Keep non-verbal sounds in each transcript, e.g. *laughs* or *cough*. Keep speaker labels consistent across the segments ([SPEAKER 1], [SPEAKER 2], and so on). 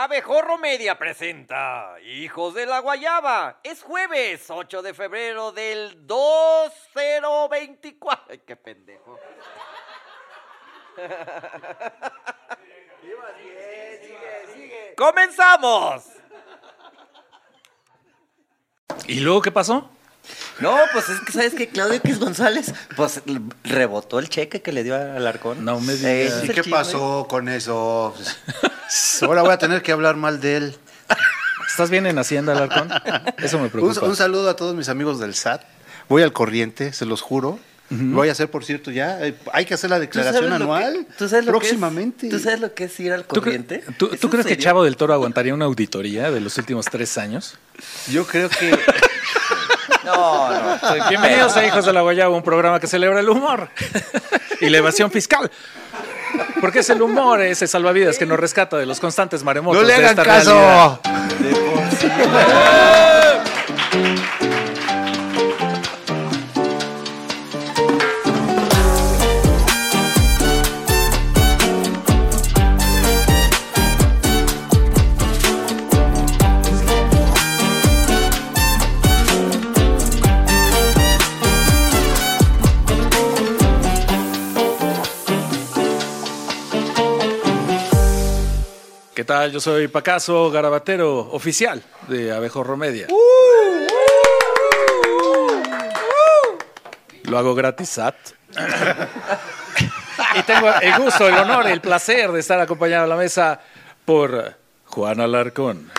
[SPEAKER 1] Abejorro Media presenta Hijos de la Guayaba. Es jueves 8 de febrero del 2024. Ay, qué pendejo. ¡Comenzamos!
[SPEAKER 2] ¿Y luego qué pasó?
[SPEAKER 3] No, pues es que sabes que Claudio X González, pues l- rebotó el cheque que le dio a Alarcón.
[SPEAKER 2] No me
[SPEAKER 3] Sí,
[SPEAKER 2] digas.
[SPEAKER 3] ese ¿eh?
[SPEAKER 4] ¿Y
[SPEAKER 3] es el
[SPEAKER 4] qué
[SPEAKER 3] chisme.
[SPEAKER 4] pasó
[SPEAKER 3] *laughs*
[SPEAKER 4] con eso? Ahora voy a tener que hablar mal de él.
[SPEAKER 2] ¿Estás bien en Hacienda, Alarcón? Eso me
[SPEAKER 4] Un,
[SPEAKER 2] preocupa.
[SPEAKER 4] un saludo a todos mis amigos del SAT. Voy al corriente, se los juro. Lo voy a hacer, por cierto, ya. Eh, Hay que hacer la
[SPEAKER 3] ¿Tú sabes
[SPEAKER 4] declaración
[SPEAKER 3] lo que-
[SPEAKER 4] anual
[SPEAKER 3] ¿tú sabes lo que es-
[SPEAKER 4] próximamente.
[SPEAKER 3] ¿Tú sabes lo que es ir al
[SPEAKER 2] ¿Tú, cre-
[SPEAKER 3] corriente?
[SPEAKER 2] tú-
[SPEAKER 3] ¿Es
[SPEAKER 2] tú
[SPEAKER 3] en
[SPEAKER 2] crees que
[SPEAKER 3] serio?
[SPEAKER 2] Chavo del Toro aguantaría una auditoría de los últimos tres años?
[SPEAKER 4] Yo
[SPEAKER 3] *laughs*
[SPEAKER 4] creo que.
[SPEAKER 3] No, no.
[SPEAKER 2] Bienvenidos a Hijos de la Guayaba, un programa que celebra el humor y la evasión fiscal. Porque es el humor, ese salvavidas que nos rescata de los constantes maremotos.
[SPEAKER 4] ¡No le
[SPEAKER 2] de
[SPEAKER 4] hagan
[SPEAKER 2] esta
[SPEAKER 4] caso!
[SPEAKER 2] realidad. ¿Qué tal? Yo soy Pacaso Garabatero, oficial de Abejorro Media. Lo hago gratis, SAT. *laughs* y tengo el gusto, el honor, el placer de estar acompañado a la mesa por Juan Alarcón,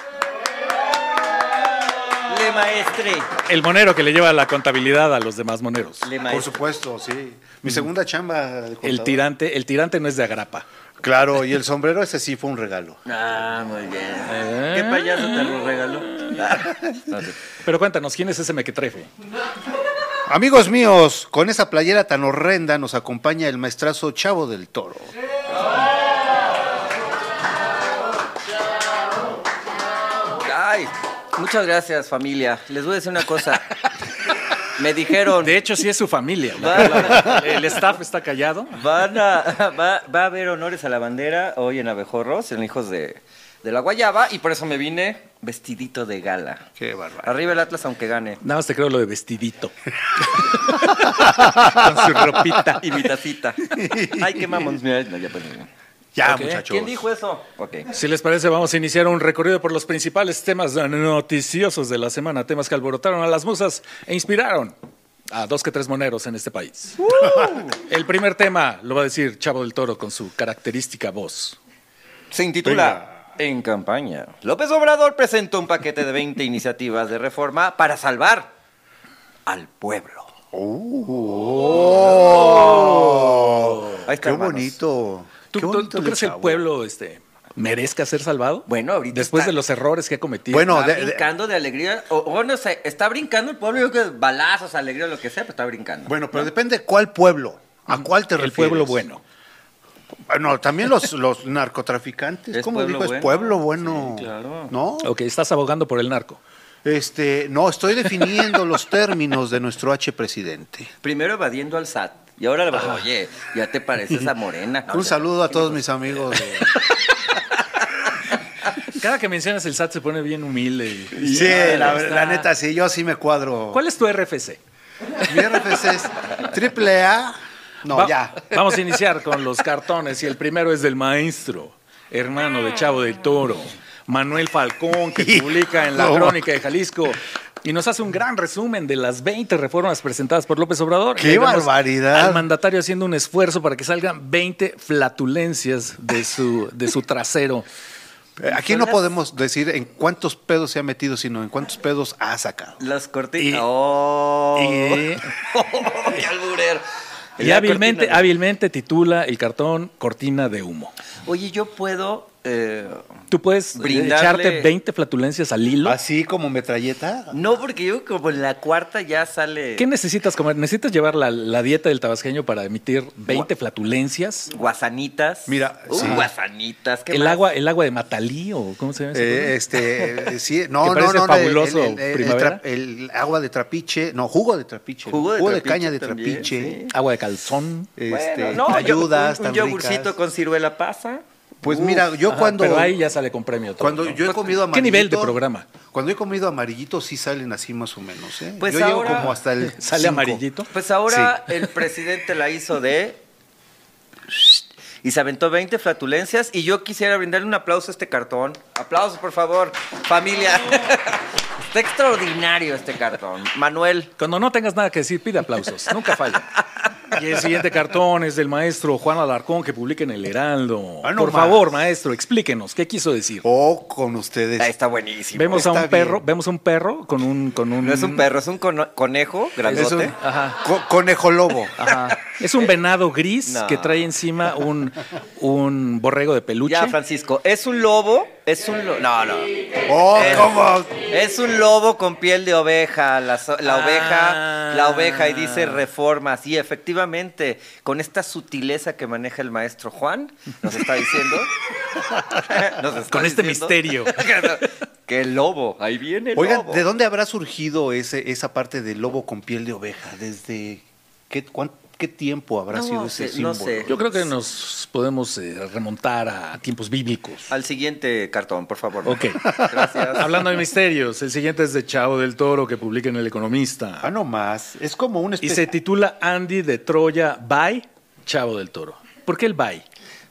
[SPEAKER 3] Le maestre.
[SPEAKER 2] el monero que le lleva la contabilidad a los demás moneros.
[SPEAKER 3] Le
[SPEAKER 4] Por
[SPEAKER 3] maestre.
[SPEAKER 4] supuesto, sí. Mi segunda chamba. de
[SPEAKER 2] El
[SPEAKER 4] contador.
[SPEAKER 2] tirante, el tirante no es de agrapa.
[SPEAKER 4] Claro, y el sombrero, ese sí fue un regalo.
[SPEAKER 3] Ah, muy bien. ¿Qué payaso te lo regaló?
[SPEAKER 2] Pero cuéntanos, ¿quién es ese mequetrefe?
[SPEAKER 4] Amigos míos, con esa playera tan horrenda nos acompaña el maestrazo Chavo del Toro.
[SPEAKER 3] Ay, muchas gracias, familia. Les voy a decir una cosa. Me dijeron.
[SPEAKER 2] De hecho, sí es su familia.
[SPEAKER 3] Va-
[SPEAKER 2] El staff está callado.
[SPEAKER 3] Van a, *laughs* va, va a haber honores a la bandera hoy en Abejorros, en Hijos de, de la Guayaba, y por eso me vine vestidito de gala.
[SPEAKER 4] Qué bárbaro.
[SPEAKER 3] Arriba el Atlas aunque gane.
[SPEAKER 2] Nada más te creo lo de vestidito. Con su ropita.
[SPEAKER 3] Y mi tacita. Ay, qué mamón. Mira, no, ya, pues, mira.
[SPEAKER 4] Ya,
[SPEAKER 2] Ok,
[SPEAKER 4] muchachos.
[SPEAKER 3] ¿Quién dijo eso? Ok.
[SPEAKER 2] Si les parece, vamos a iniciar un recorrido por los principales temas noticiosos de la semana, temas que alborotaron a las musas e inspiraron a dos que tres moneros en este país. El primer tema lo va a decir Chavo del Toro con su característica voz.
[SPEAKER 3] Se intitula En campaña. López Obrador presentó un paquete de 20 iniciativas de reforma para salvar al pueblo. Ahí está,
[SPEAKER 4] Qué
[SPEAKER 3] hermanos.
[SPEAKER 4] bonito.
[SPEAKER 2] ¿Tú,
[SPEAKER 4] Qué
[SPEAKER 2] tú-
[SPEAKER 4] bonito
[SPEAKER 2] tú
[SPEAKER 4] del
[SPEAKER 2] crees que el
[SPEAKER 4] chavo.
[SPEAKER 2] pueblo este, merezca ser salvado?
[SPEAKER 3] Bueno, ahorita
[SPEAKER 2] Después
[SPEAKER 3] está-
[SPEAKER 2] de los errores que ha cometido.
[SPEAKER 4] Bueno,
[SPEAKER 3] Está
[SPEAKER 4] de- de-
[SPEAKER 3] brincando de, alegría. O, o no sé, está brincando el pueblo, yo creo que balazos, alegría, lo que sea, pero está brincando.
[SPEAKER 4] Bueno, pero depende cuál pueblo. ¿A cuál te
[SPEAKER 2] el
[SPEAKER 4] refieres?
[SPEAKER 2] pueblo bueno.
[SPEAKER 4] No, también los, *laughs* los narcotraficantes.
[SPEAKER 3] Es
[SPEAKER 4] ¿Cómo
[SPEAKER 3] pueblo
[SPEAKER 4] dijo?
[SPEAKER 3] bueno.
[SPEAKER 4] Es pueblo bueno.
[SPEAKER 3] Sí, claro.
[SPEAKER 4] ¿No?
[SPEAKER 2] Ok, estás abogando por el narco.
[SPEAKER 4] Este, no, estoy definiendo los términos de nuestro H presidente.
[SPEAKER 3] Primero evadiendo al SAT. Y ahora le bajo, oye, ya te pareces a Morena. No,
[SPEAKER 4] Ah. *laughs* Un
[SPEAKER 3] ya-
[SPEAKER 4] saludo a todos mis amigos.
[SPEAKER 2] *laughs*
[SPEAKER 4] de-
[SPEAKER 2] Cada que mencionas el SAT se pone bien humilde. y-
[SPEAKER 4] Sí,
[SPEAKER 2] Ahí
[SPEAKER 4] la,
[SPEAKER 2] está.
[SPEAKER 4] la neta, sí, yo sí me cuadro.
[SPEAKER 2] ¿Cuál es tu RFC?
[SPEAKER 4] Mi RFC es triple A. No,
[SPEAKER 2] Va-
[SPEAKER 4] ya.
[SPEAKER 2] Vamos a iniciar con los cartones y el primero es del maestro, hermano de Chavo del Toro, Manuel Falcón,
[SPEAKER 4] *laughs*
[SPEAKER 2] que publica en La
[SPEAKER 4] No.
[SPEAKER 2] Crónica de Jalisco y nos hace un gran resumen de las 20 reformas presentadas por López Obrador.
[SPEAKER 4] ¡Qué
[SPEAKER 2] Ahí vemos
[SPEAKER 4] barbaridad!
[SPEAKER 2] Al mandatario haciendo un esfuerzo para que salgan 20 flatulencias de su, de su
[SPEAKER 4] *laughs*
[SPEAKER 2] trasero.
[SPEAKER 4] Eh, Aquí no podemos decir en cuántos pedos se ha metido, sino en cuántos pedos ha sacado.
[SPEAKER 3] Las
[SPEAKER 2] Y-
[SPEAKER 3] cortinas. ¡Oh! *laughs*
[SPEAKER 2] y-
[SPEAKER 3] ¡Qué alburero!
[SPEAKER 2] Y
[SPEAKER 3] La
[SPEAKER 2] hábilmente,
[SPEAKER 3] cortina-
[SPEAKER 2] hábilmente titula el cartón Cortina de Humo.
[SPEAKER 3] Oye, yo puedo. eh,
[SPEAKER 2] Tú puedes
[SPEAKER 3] Brindarle-
[SPEAKER 2] echarte 20 flatulencias al hilo.
[SPEAKER 4] Así como metralleta.
[SPEAKER 3] no, porque yo como en la cuarta ya sale.
[SPEAKER 2] ¿Qué necesitas comer? ¿Necesitas llevar la, la dieta del tabasqueño para emitir 20 flatulencias?
[SPEAKER 3] Guasanitas.
[SPEAKER 4] Mira,
[SPEAKER 3] Uh,
[SPEAKER 4] sí.
[SPEAKER 3] guasanitas. ¿qué
[SPEAKER 2] ¿El
[SPEAKER 3] más?
[SPEAKER 2] agua, ¿El agua de Matalí o cómo se llama? ese
[SPEAKER 4] Eh, este,
[SPEAKER 2] *laughs*
[SPEAKER 4] eh, sí, no,
[SPEAKER 2] ¿Te
[SPEAKER 4] no,
[SPEAKER 2] parece
[SPEAKER 4] no,
[SPEAKER 2] fabuloso,
[SPEAKER 4] el, el- el- el
[SPEAKER 2] primavera?
[SPEAKER 4] tra- el agua de trapiche, no, jugo de trapiche,
[SPEAKER 3] Jugo de trapiche
[SPEAKER 4] caña de
[SPEAKER 3] también,
[SPEAKER 4] trapiche,
[SPEAKER 3] sí.
[SPEAKER 2] agua? Agua de calzón.
[SPEAKER 4] este,
[SPEAKER 3] Bueno, no, yo-
[SPEAKER 4] ayudas,
[SPEAKER 3] un,
[SPEAKER 4] tan
[SPEAKER 3] un yogurcito
[SPEAKER 4] ricas.
[SPEAKER 3] con ciruela pasa.
[SPEAKER 4] Pues mira, yo
[SPEAKER 2] Ajá,
[SPEAKER 4] cuando.
[SPEAKER 2] Pero ahí ya sale con premio. todo,
[SPEAKER 4] Cuando
[SPEAKER 2] ¿no?
[SPEAKER 4] yo he comido amarillito.
[SPEAKER 2] ¿Qué nivel de programa?
[SPEAKER 4] Cuando he comido amarillito, sí salen así más o menos. ¿eh?
[SPEAKER 3] Pues
[SPEAKER 4] yo llego
[SPEAKER 3] ahora-
[SPEAKER 4] como hasta el.
[SPEAKER 2] *laughs* ¿Sale
[SPEAKER 4] cinco.
[SPEAKER 2] amarillito?
[SPEAKER 3] Pues ahora el presidente la hizo de... Y se aventó 20 flatulencias y yo quisiera brindarle un aplauso a este cartón. Aplausos, por favor, familia. Está extraordinario este cartón. Manuel.
[SPEAKER 2] Cuando no tengas nada que decir, pide aplausos. Nunca
[SPEAKER 4] *laughs*
[SPEAKER 2] falla. Y el siguiente cartón es del maestro Juan Alarcón que publica en El Heraldo.
[SPEAKER 4] Ah, no
[SPEAKER 2] Por
[SPEAKER 4] más.
[SPEAKER 2] favor, maestro, explíquenos qué quiso decir.
[SPEAKER 4] O Oh, con ustedes.
[SPEAKER 3] Ah, Está buenísimo.
[SPEAKER 2] vemos a
[SPEAKER 4] está
[SPEAKER 2] un perro,
[SPEAKER 4] bien.
[SPEAKER 2] vemos a un perro con un con un
[SPEAKER 3] No es un perro, es un cono- conejo
[SPEAKER 4] Es un
[SPEAKER 3] grandote.
[SPEAKER 2] Ajá.
[SPEAKER 4] co-
[SPEAKER 3] *laughs*
[SPEAKER 4] conejo lobo.
[SPEAKER 2] Ajá. *laughs* Es un venado gris
[SPEAKER 3] No.
[SPEAKER 2] que trae encima un, un borrego de peluche.
[SPEAKER 3] Ya, Francisco, es un lobo, es un lobo. No, no.
[SPEAKER 4] Oh,
[SPEAKER 3] Es-
[SPEAKER 4] cómo.
[SPEAKER 3] Es un lobo con piel de oveja, la, so- la
[SPEAKER 2] Ah.
[SPEAKER 3] oveja, la oveja y dice reformas. Y efectivamente, con esta sutileza que maneja el maestro Juan, nos
[SPEAKER 2] *laughs*
[SPEAKER 3] está diciendo. nos está
[SPEAKER 2] Con este
[SPEAKER 3] diciendo
[SPEAKER 2] misterio.
[SPEAKER 3] *laughs* que el lobo, ahí viene el
[SPEAKER 4] Oigan,
[SPEAKER 3] lobo.
[SPEAKER 4] ¿de dónde habrá surgido ese, esa parte del lobo con piel de oveja? ¿Desde qué, cuán- qué tiempo habrá
[SPEAKER 3] No
[SPEAKER 4] sido ese
[SPEAKER 3] sé, no
[SPEAKER 4] símbolo?
[SPEAKER 3] sé.
[SPEAKER 2] Yo creo que nos podemos eh, remontar a tiempos bíblicos.
[SPEAKER 3] Al siguiente cartón, por favor.
[SPEAKER 2] Ok.
[SPEAKER 3] Gracias.
[SPEAKER 2] Hablando de misterios, el siguiente es de Chavo del Toro que publica en El Economista.
[SPEAKER 4] Ah, no este- más. Es como una
[SPEAKER 2] Y
[SPEAKER 4] especie.
[SPEAKER 2] se titula Andy de Troya by Chavo del Toro. ¿Por qué el by?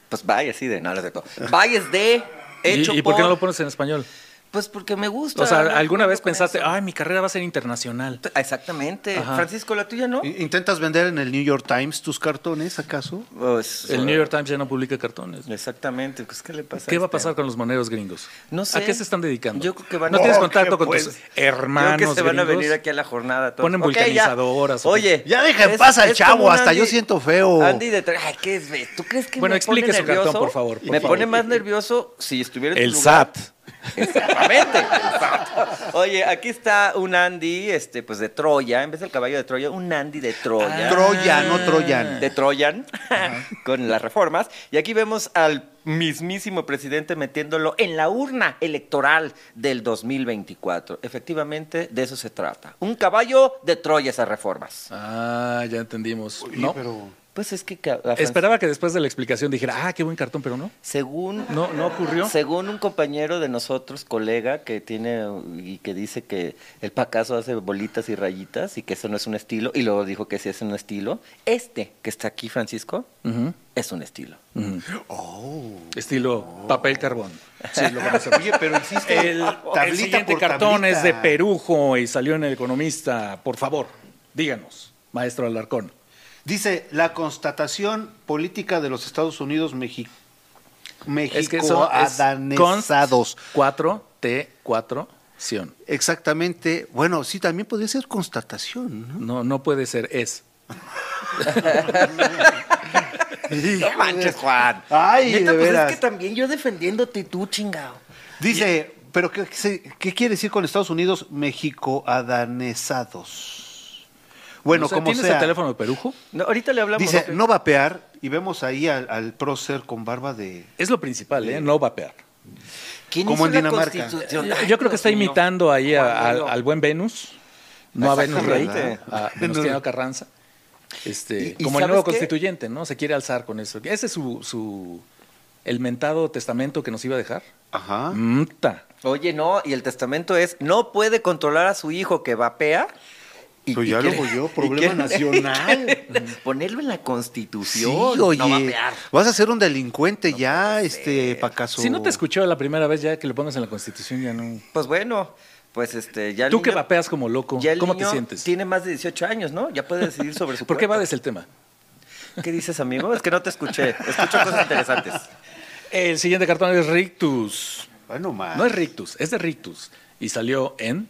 [SPEAKER 3] Pues vaya así de. No, no es cierto. Vaya es de. Hecho
[SPEAKER 2] ¿Y, y por qué no lo pones en español?
[SPEAKER 3] Pues porque me gusta.
[SPEAKER 2] O sea,
[SPEAKER 3] no
[SPEAKER 2] ¿alguna
[SPEAKER 3] puedo
[SPEAKER 2] vez
[SPEAKER 3] con
[SPEAKER 2] pensaste,
[SPEAKER 3] eso.
[SPEAKER 2] ay, mi carrera va a ser internacional?
[SPEAKER 3] Ah, Exactamente.
[SPEAKER 2] Ajá.
[SPEAKER 3] Francisco, la tuya no.
[SPEAKER 4] I- ¿Intentas vender en el New York Times tus cartones, acaso?
[SPEAKER 3] Pues,
[SPEAKER 2] El New York Times ya no publica cartones.
[SPEAKER 3] Exactamente. Pues, ¿Qué le pasa?
[SPEAKER 2] ¿Qué va a
[SPEAKER 3] este?
[SPEAKER 2] pasar con los moneros gringos?
[SPEAKER 3] No sé.
[SPEAKER 2] ¿A qué se están dedicando?
[SPEAKER 3] Yo creo que van
[SPEAKER 2] ¿No
[SPEAKER 3] a-
[SPEAKER 2] tienes
[SPEAKER 3] Oh,
[SPEAKER 2] contacto
[SPEAKER 4] ¿qué,
[SPEAKER 2] con tus
[SPEAKER 4] pues?
[SPEAKER 2] hermanos
[SPEAKER 3] Creo que se van a
[SPEAKER 2] gringos?
[SPEAKER 3] venir aquí a la jornada. todos.
[SPEAKER 2] Ponen
[SPEAKER 3] Ok, ya.
[SPEAKER 2] vulcanizadoras, o-
[SPEAKER 3] Oye.
[SPEAKER 4] Ya deja en
[SPEAKER 3] es-
[SPEAKER 4] paz al
[SPEAKER 3] es
[SPEAKER 4] chavo,
[SPEAKER 3] como un
[SPEAKER 4] hasta yo siento feo.
[SPEAKER 3] Andy de tra- Ay, ¿qué es? ve? ¿Tú crees que
[SPEAKER 2] Bueno,
[SPEAKER 3] me pone
[SPEAKER 2] explique su cartón,
[SPEAKER 3] nervioso?
[SPEAKER 2] por favor, por
[SPEAKER 3] me
[SPEAKER 2] favor.
[SPEAKER 3] pone más nervioso si estuviera en
[SPEAKER 2] El
[SPEAKER 3] tu este lugar.
[SPEAKER 2] SAT.
[SPEAKER 3] Exactamente. *laughs* Oye, aquí está un Andy, este, pues de Troya, en vez del caballo de Troya, un Andy de Troya.
[SPEAKER 4] Troya, no Ah. Troyan.
[SPEAKER 3] de Troyan *laughs* con las reformas. Y aquí vemos al mismísimo presidente metiéndolo en la urna electoral del 2024. Efectivamente, de eso se trata. Un caballo de Troya esas reformas.
[SPEAKER 2] Ah, ya entendimos.
[SPEAKER 4] Oye,
[SPEAKER 2] No.
[SPEAKER 4] pero-
[SPEAKER 3] Pues es que... ca- la Fran-
[SPEAKER 2] Esperaba que después de la explicación dijera, ah, qué buen cartón, pero no.
[SPEAKER 3] Según...
[SPEAKER 2] No, no ocurrió.
[SPEAKER 3] Según un compañero de nosotros, colega, que tiene y que dice que el pacazo hace bolitas y rayitas y que eso no es un estilo, y luego dijo que sí es un estilo, este que está aquí, Francisco,
[SPEAKER 2] Ujú,
[SPEAKER 3] es un estilo.
[SPEAKER 2] ujú.
[SPEAKER 3] Oh.
[SPEAKER 2] Estilo papel carbón.
[SPEAKER 3] *laughs*
[SPEAKER 4] Oye, pero hiciste
[SPEAKER 2] El,
[SPEAKER 4] tablita
[SPEAKER 2] el siguiente
[SPEAKER 4] por
[SPEAKER 2] cartón
[SPEAKER 4] tablita.
[SPEAKER 2] es de Perujo y salió en El Economista. Por favor, díganos, maestro Alarcón.
[SPEAKER 4] Dice, la constatación política de los Estados Unidos México.
[SPEAKER 2] Es que eso es
[SPEAKER 4] adanesizados.
[SPEAKER 2] 4T4 ción.
[SPEAKER 4] Exactamente. Bueno, sí, también podría ser constatación, ¿no?
[SPEAKER 2] No, no puede ser, es.
[SPEAKER 3] No manches, Juan.
[SPEAKER 4] Ay,
[SPEAKER 3] Neta,
[SPEAKER 4] de
[SPEAKER 3] pues
[SPEAKER 4] veras.
[SPEAKER 3] es que también yo defendiéndote y tú, chingado.
[SPEAKER 4] Dice, pero qué, se- qué quiere decir con Estados Unidos México adanesados? Bueno,
[SPEAKER 2] O sea,
[SPEAKER 4] como
[SPEAKER 2] ¿Tienes
[SPEAKER 4] sea.
[SPEAKER 2] el teléfono de Perujo?
[SPEAKER 3] No, ahorita le hablamos.
[SPEAKER 4] Dice,
[SPEAKER 3] ok.
[SPEAKER 4] no vapear, y vemos ahí al, al prócer con barba de...
[SPEAKER 2] Es lo principal, ¿eh? No vapear.
[SPEAKER 3] ¿Quién
[SPEAKER 4] como
[SPEAKER 3] hizo
[SPEAKER 4] en
[SPEAKER 3] la
[SPEAKER 4] Dinamarca.
[SPEAKER 3] Constitución?
[SPEAKER 2] Yo,
[SPEAKER 3] Ay,
[SPEAKER 2] Eh, yo creo
[SPEAKER 3] Dios
[SPEAKER 2] que está
[SPEAKER 3] mío.
[SPEAKER 2] imitando ahí a- a-
[SPEAKER 3] Juan,
[SPEAKER 2] al buen Venus, no a Venus Rey,
[SPEAKER 3] Exactamente. *laughs*
[SPEAKER 2] a Venustiano Carranza. Este,
[SPEAKER 3] Y- y
[SPEAKER 2] como el
[SPEAKER 3] ¿sabes
[SPEAKER 2] nuevo
[SPEAKER 3] qué?
[SPEAKER 2] constituyente, ¿no? Se quiere alzar con eso. Ese es su, su- el mentado testamento que nos iba a dejar.
[SPEAKER 4] Ajá.
[SPEAKER 3] Mm,
[SPEAKER 2] Mta.
[SPEAKER 3] Oye, no, y el testamento es, no puede controlar a su hijo que vapea. *laughs* Y,
[SPEAKER 4] Pues ya lo yo, problema nacional.
[SPEAKER 3] Ponerlo en la
[SPEAKER 4] Sí,
[SPEAKER 3] Constitución.
[SPEAKER 4] oye,
[SPEAKER 3] No vapear.
[SPEAKER 4] vas a ser un delincuente ya, este, pacaso.
[SPEAKER 2] Si no te escuchó la primera vez, ya que lo pongas en la constitución, ya no.
[SPEAKER 3] Pues bueno, pues este, ya el
[SPEAKER 2] Tú que
[SPEAKER 3] niño-
[SPEAKER 2] vapeas como loco,
[SPEAKER 3] ya el
[SPEAKER 2] ¿cómo te
[SPEAKER 3] niño
[SPEAKER 2] sientes?
[SPEAKER 3] Tiene más de 18 años, ¿no? Ya puede decidir sobre
[SPEAKER 2] *laughs*
[SPEAKER 3] su
[SPEAKER 2] ¿Por qué
[SPEAKER 3] cuerpo.
[SPEAKER 2] va el tema?
[SPEAKER 3] ¿Qué dices, amigo? Es que no te escuché. Escucho cosas interesantes.
[SPEAKER 2] El siguiente cartón es Rictus.
[SPEAKER 4] Bueno, más.
[SPEAKER 2] No es
[SPEAKER 4] *laughs*
[SPEAKER 2] Rictus, es de Rictus. Y salió en.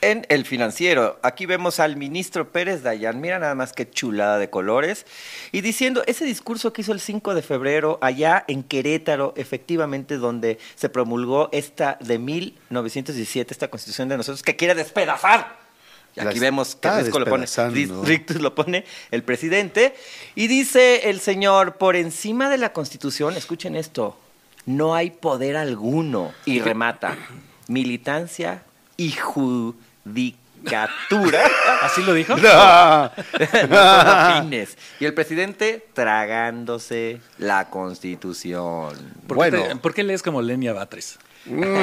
[SPEAKER 3] En el financiero, aquí vemos al ministro Pérez Dayan, mira nada más qué chulada de colores, y diciendo ese discurso que hizo el 5 de febrero allá en Querétaro, efectivamente donde se promulgó esta de 1917, esta constitución de nosotros que quiere despedazar. Y
[SPEAKER 4] La
[SPEAKER 3] aquí vemos que
[SPEAKER 4] está
[SPEAKER 3] Risco lo pone,
[SPEAKER 4] despedazando.
[SPEAKER 3] Ris- Rictus lo pone el presidente, y dice el señor, por encima de la constitución, escuchen esto, no hay poder alguno, y remata, militancia y judicatura. *laughs* caricatura.
[SPEAKER 2] ¿Así ¿Ah, lo dijo?
[SPEAKER 4] No.
[SPEAKER 3] No son afines. Y el presidente tragándose la constitución.
[SPEAKER 2] ¿Por, qué
[SPEAKER 4] Bueno.
[SPEAKER 2] te- ¿Por qué lees como Lenia Batres?
[SPEAKER 4] *laughs* Mm.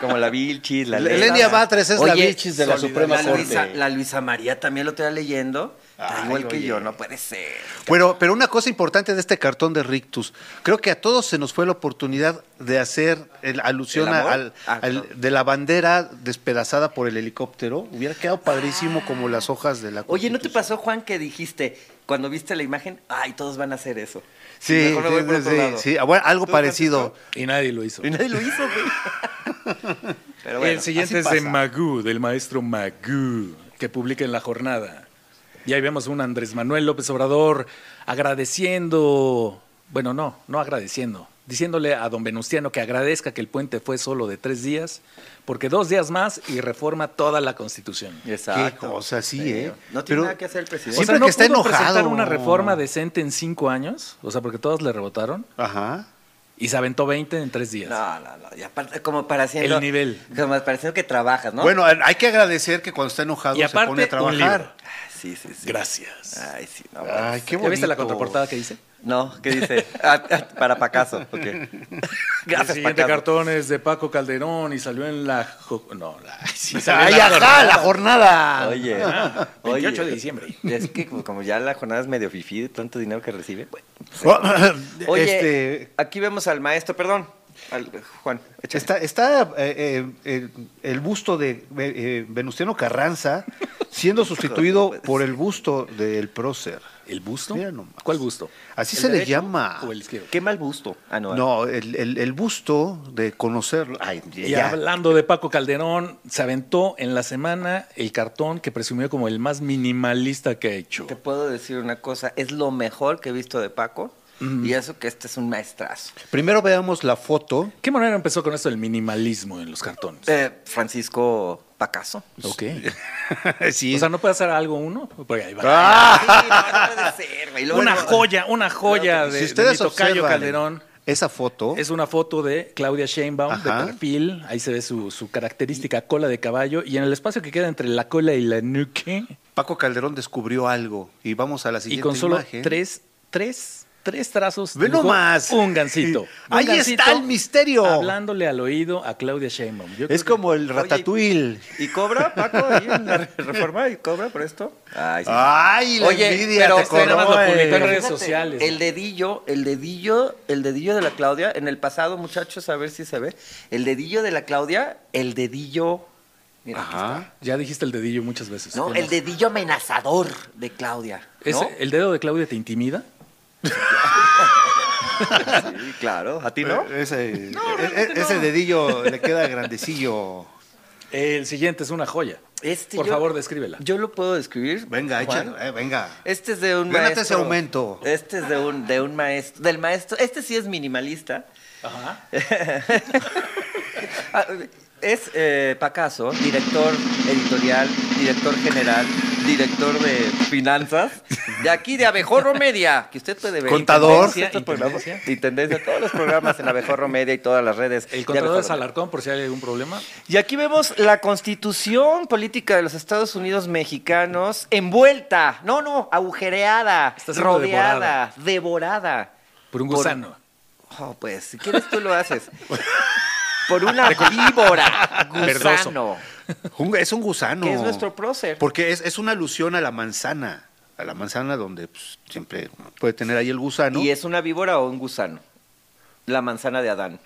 [SPEAKER 3] Como la Vilchis, la
[SPEAKER 4] Le-
[SPEAKER 3] Lela.
[SPEAKER 4] Lenia Batres es la
[SPEAKER 3] Oye,
[SPEAKER 4] Vilchis de la Suprema
[SPEAKER 3] la Luisa,
[SPEAKER 4] Corte.
[SPEAKER 3] La Luisa María también lo estaba leyendo. Está
[SPEAKER 4] Ay,
[SPEAKER 3] igual que
[SPEAKER 4] oye.
[SPEAKER 3] yo, no puede ser.
[SPEAKER 4] Bueno, pero una cosa importante de este cartón de Rictus, creo que a todos se nos fue la oportunidad de hacer el- alusión
[SPEAKER 3] ¿El amor?
[SPEAKER 4] al,
[SPEAKER 3] Ah,
[SPEAKER 4] al-
[SPEAKER 3] claro.
[SPEAKER 4] de la bandera despedazada por el helicóptero. Hubiera quedado padrísimo como las hojas de la.
[SPEAKER 3] Oye, ¿no te
[SPEAKER 4] Constitución.
[SPEAKER 3] pasó, Juan, que dijiste cuando viste la imagen, ay, todos van a hacer eso?
[SPEAKER 4] Sí,
[SPEAKER 3] Mejor me voy por
[SPEAKER 4] sí,
[SPEAKER 3] otro
[SPEAKER 4] sí,
[SPEAKER 3] lado.
[SPEAKER 4] sí. Ah, bueno, algo
[SPEAKER 3] ¿Tú,
[SPEAKER 4] parecido.
[SPEAKER 2] Y nadie lo hizo.
[SPEAKER 3] Y nadie lo hizo, güey. *laughs* Pero bueno,
[SPEAKER 2] el siguiente es
[SPEAKER 4] así
[SPEAKER 2] de
[SPEAKER 4] pasa.
[SPEAKER 2] Magú, del maestro Magú, que publica en La Jornada. Y ahí vemos un Andrés Manuel López Obrador agradeciendo, bueno, no, no agradeciendo, diciéndole a don Venustiano que agradezca que el puente fue solo de tres días, porque dos días más y reforma toda la Constitución.
[SPEAKER 4] Qué
[SPEAKER 3] Exacto.
[SPEAKER 4] cosa, sí,
[SPEAKER 3] Sí,
[SPEAKER 4] ¿eh?
[SPEAKER 3] No tiene
[SPEAKER 4] Pero-
[SPEAKER 3] nada que hacer el presidente.
[SPEAKER 2] O sea,
[SPEAKER 4] Siempre
[SPEAKER 2] ¿no
[SPEAKER 4] que está
[SPEAKER 2] pudo presentar
[SPEAKER 4] enojado.
[SPEAKER 2] una reforma decente en cinco años? O sea, porque todas le rebotaron.
[SPEAKER 4] Ajá.
[SPEAKER 2] Y se aventó 20 en tres días.
[SPEAKER 3] No, no, no. Y aparte, como pareciendo.
[SPEAKER 2] El nivel.
[SPEAKER 3] Como pareciendo que trabajas, ¿no?
[SPEAKER 4] Bueno, hay que agradecer que cuando está enojado
[SPEAKER 2] y aparte,
[SPEAKER 4] se pone a
[SPEAKER 2] un libro.
[SPEAKER 4] trabajar.
[SPEAKER 3] Ah, sí, sí, sí.
[SPEAKER 2] Gracias.
[SPEAKER 3] Ay, sí, no.
[SPEAKER 4] Ay, qué
[SPEAKER 2] ¿Ya
[SPEAKER 4] Ah, bonito.
[SPEAKER 2] viste la contraportada que dice?
[SPEAKER 3] No, ¿qué dice? Ah, ah, para Pacaso. ok. *laughs*
[SPEAKER 2] el
[SPEAKER 3] Gracias,
[SPEAKER 2] siguiente
[SPEAKER 3] Pacaso.
[SPEAKER 2] cartón es de Paco Calderón y salió en la... jo- No, la... *laughs* sí, salió en
[SPEAKER 4] Ay,
[SPEAKER 2] la
[SPEAKER 4] ajá, la jornada.
[SPEAKER 3] Oye, oye.
[SPEAKER 2] Ah, 28 de diciembre.
[SPEAKER 3] Es que como, como ya la jornada es medio fifí de tanto dinero que recibe. bueno. pues,
[SPEAKER 4] Oh, *laughs*
[SPEAKER 3] Oye,
[SPEAKER 4] este,
[SPEAKER 3] aquí vemos al maestro, perdón. al- Juan, échale.
[SPEAKER 4] Está, está eh, eh, el, el busto de eh, Venustiano Carranza
[SPEAKER 2] *laughs*
[SPEAKER 4] siendo sustituido por el busto del prócer.
[SPEAKER 2] ¿El busto?
[SPEAKER 4] Mira nomás.
[SPEAKER 2] ¿Cuál busto?
[SPEAKER 4] Así
[SPEAKER 2] ¿El
[SPEAKER 4] se le
[SPEAKER 2] derecho
[SPEAKER 4] llama.
[SPEAKER 2] ¿O el izquierdo?
[SPEAKER 3] Qué mal gusto. Ah, no.
[SPEAKER 4] No, el, el- el busto de conocerlo. Ay,
[SPEAKER 2] Y
[SPEAKER 4] ya.
[SPEAKER 2] hablando de Paco Calderón, se aventó en la semana el cartón que presumió como el más minimalista que ha hecho.
[SPEAKER 3] Te puedo decir una cosa, es lo mejor que he visto de Paco. Y eso que este es un maestrazo.
[SPEAKER 4] Primero veamos la foto.
[SPEAKER 2] ¿Qué manera empezó con esto del minimalismo en los cartones?
[SPEAKER 3] Eh, Francisco Pacaso.
[SPEAKER 2] Ok.
[SPEAKER 4] *laughs* sí.
[SPEAKER 2] O sea, ¿no puede hacer algo uno? Porque ahí va.
[SPEAKER 4] Ah,
[SPEAKER 3] Sí, no, no puede ser, güey. Luego-
[SPEAKER 2] una joya, una joya de,
[SPEAKER 4] si
[SPEAKER 2] de mi
[SPEAKER 4] ustedes
[SPEAKER 2] tocayo
[SPEAKER 4] observan
[SPEAKER 2] Calderón.
[SPEAKER 4] esa foto,
[SPEAKER 2] Es una foto de Claudia Sheinbaum
[SPEAKER 4] Ajá.
[SPEAKER 2] de perfil. Ahí se ve su, su característica cola de caballo. Y en el espacio que queda entre la cola y la nuque,
[SPEAKER 4] Paco Calderón descubrió algo. Y vamos a la
[SPEAKER 2] y
[SPEAKER 4] siguiente
[SPEAKER 2] con solo
[SPEAKER 4] imagen.
[SPEAKER 2] tres, tres, tres trazos.
[SPEAKER 4] Ve
[SPEAKER 2] dibujó
[SPEAKER 4] nomás.
[SPEAKER 2] Un gancito.
[SPEAKER 4] Sí. Ahí
[SPEAKER 2] Un gancito
[SPEAKER 4] está el misterio.
[SPEAKER 2] Hablándole al oído a Claudia Sheinbaum. Yo creo
[SPEAKER 4] Es
[SPEAKER 2] que-
[SPEAKER 4] como el
[SPEAKER 3] Oye,
[SPEAKER 4] ratatouille.
[SPEAKER 3] ¿Y cobra, Paco, ahí en la re- reforma? ¿Y cobra por esto? Ay, sí.
[SPEAKER 4] Ay, la
[SPEAKER 3] Oye,
[SPEAKER 4] envidia
[SPEAKER 3] pero
[SPEAKER 4] te
[SPEAKER 3] usted nada más lo
[SPEAKER 4] corroe.
[SPEAKER 2] publicó en
[SPEAKER 3] Pero
[SPEAKER 2] redes
[SPEAKER 3] fíjate,
[SPEAKER 2] sociales.
[SPEAKER 3] El dedillo, el dedillo, el dedillo de la Claudia, en el pasado, muchachos, a ver si se ve. El dedillo de la Claudia, el dedillo. Mira, aquí
[SPEAKER 4] Ajá.
[SPEAKER 2] Ya dijiste el dedillo muchas veces.
[SPEAKER 3] está. ¿no? El dedillo amenazador de Claudia.
[SPEAKER 2] ¿Es-
[SPEAKER 3] ¿no? *laughs*
[SPEAKER 2] ¿El dedo de Claudia te intimida?
[SPEAKER 3] Sí, claro. ¿A ti no?
[SPEAKER 4] Eh, Ese, e- e- ese dedillo le queda grandecillo.
[SPEAKER 2] El siguiente es una joya.
[SPEAKER 3] Este,
[SPEAKER 2] Por
[SPEAKER 3] yo-
[SPEAKER 2] favor, descríbela.
[SPEAKER 3] Yo lo puedo describir.
[SPEAKER 4] Venga,
[SPEAKER 3] Juan.
[SPEAKER 4] échalo, eh, venga.
[SPEAKER 3] Este es de un
[SPEAKER 4] Gánate
[SPEAKER 3] maestro.
[SPEAKER 4] ese aumento.
[SPEAKER 3] Este es de un, de un maestro. Del maestro. Este sí es minimalista. Ah, es eh, Pacaso, director editorial, director general, director de finanzas, de aquí de Abejorro Media, que usted puede ver.
[SPEAKER 4] Contador.
[SPEAKER 3] Intendencia, estos programas,
[SPEAKER 2] Intendencia.
[SPEAKER 3] Intendencia, todos los programas en Abejorro Media y todas las redes.
[SPEAKER 2] El
[SPEAKER 3] de
[SPEAKER 2] contador
[SPEAKER 3] Abejorro
[SPEAKER 2] es Alarcón, por si hay algún problema.
[SPEAKER 3] y aquí vemos la constitución política de los Estados Unidos mexicanos envuelta, no, no, agujereada,
[SPEAKER 2] Está siendo
[SPEAKER 3] rodeada, devorada.
[SPEAKER 2] Por un
[SPEAKER 3] Por-
[SPEAKER 2] gusano.
[SPEAKER 3] Oh, pues, si quieres tú lo
[SPEAKER 2] *laughs*
[SPEAKER 3] haces. Por una víbora, gusano,
[SPEAKER 2] Verdoso.
[SPEAKER 4] Un- es un gusano.
[SPEAKER 3] que es nuestro prócer.
[SPEAKER 4] Porque es, es una alusión a la manzana. A la manzana donde pues, siempre puede tener ahí el gusano.
[SPEAKER 3] ¿Y es una víbora o un gusano? La manzana de Adán.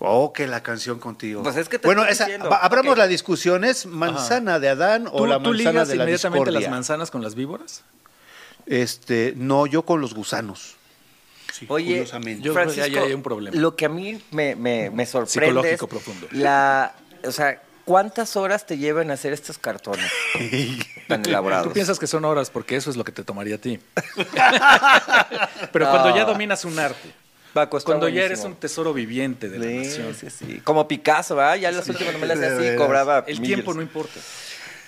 [SPEAKER 4] Oh, que la canción contigo.
[SPEAKER 3] Pues es que te
[SPEAKER 4] bueno,
[SPEAKER 3] estoy
[SPEAKER 4] esa-
[SPEAKER 3] diciendo.
[SPEAKER 4] va- abramos
[SPEAKER 3] Ok.
[SPEAKER 4] la discusión. ¿Es manzana de Adán o
[SPEAKER 2] ¿Tú,
[SPEAKER 4] la
[SPEAKER 2] tú
[SPEAKER 4] manzana
[SPEAKER 2] ligas
[SPEAKER 4] de la
[SPEAKER 2] inmediatamente
[SPEAKER 4] discordia?
[SPEAKER 2] las manzanas con las víboras?
[SPEAKER 4] Este, no, yo con los gusanos.
[SPEAKER 3] Oye,
[SPEAKER 4] curiosamente.
[SPEAKER 2] Yo creo que
[SPEAKER 3] Francisco,
[SPEAKER 2] ahí hay un problema.
[SPEAKER 3] Lo que a mí me, me- me sorprende
[SPEAKER 2] Psicológico
[SPEAKER 3] es
[SPEAKER 2] profundo.
[SPEAKER 3] La, o sea, ¿cuántas horas te llevan a hacer estos
[SPEAKER 2] *laughs*
[SPEAKER 3] cartones tan elaborados?
[SPEAKER 2] Tú piensas que son horas porque eso es lo que te tomaría a
[SPEAKER 3] *laughs*
[SPEAKER 2] ti. Pero cuando ya dominas un arte,
[SPEAKER 3] Paco, está
[SPEAKER 2] cuando ya eres
[SPEAKER 3] buenísimo.
[SPEAKER 2] un tesoro viviente de la nación,
[SPEAKER 3] Sí, sí, sí. Como Picasso, ¿verdad? Ya las últimas novelas
[SPEAKER 4] de
[SPEAKER 3] así
[SPEAKER 4] veras.
[SPEAKER 3] cobraba.
[SPEAKER 2] el
[SPEAKER 3] miles.
[SPEAKER 2] tiempo no importa.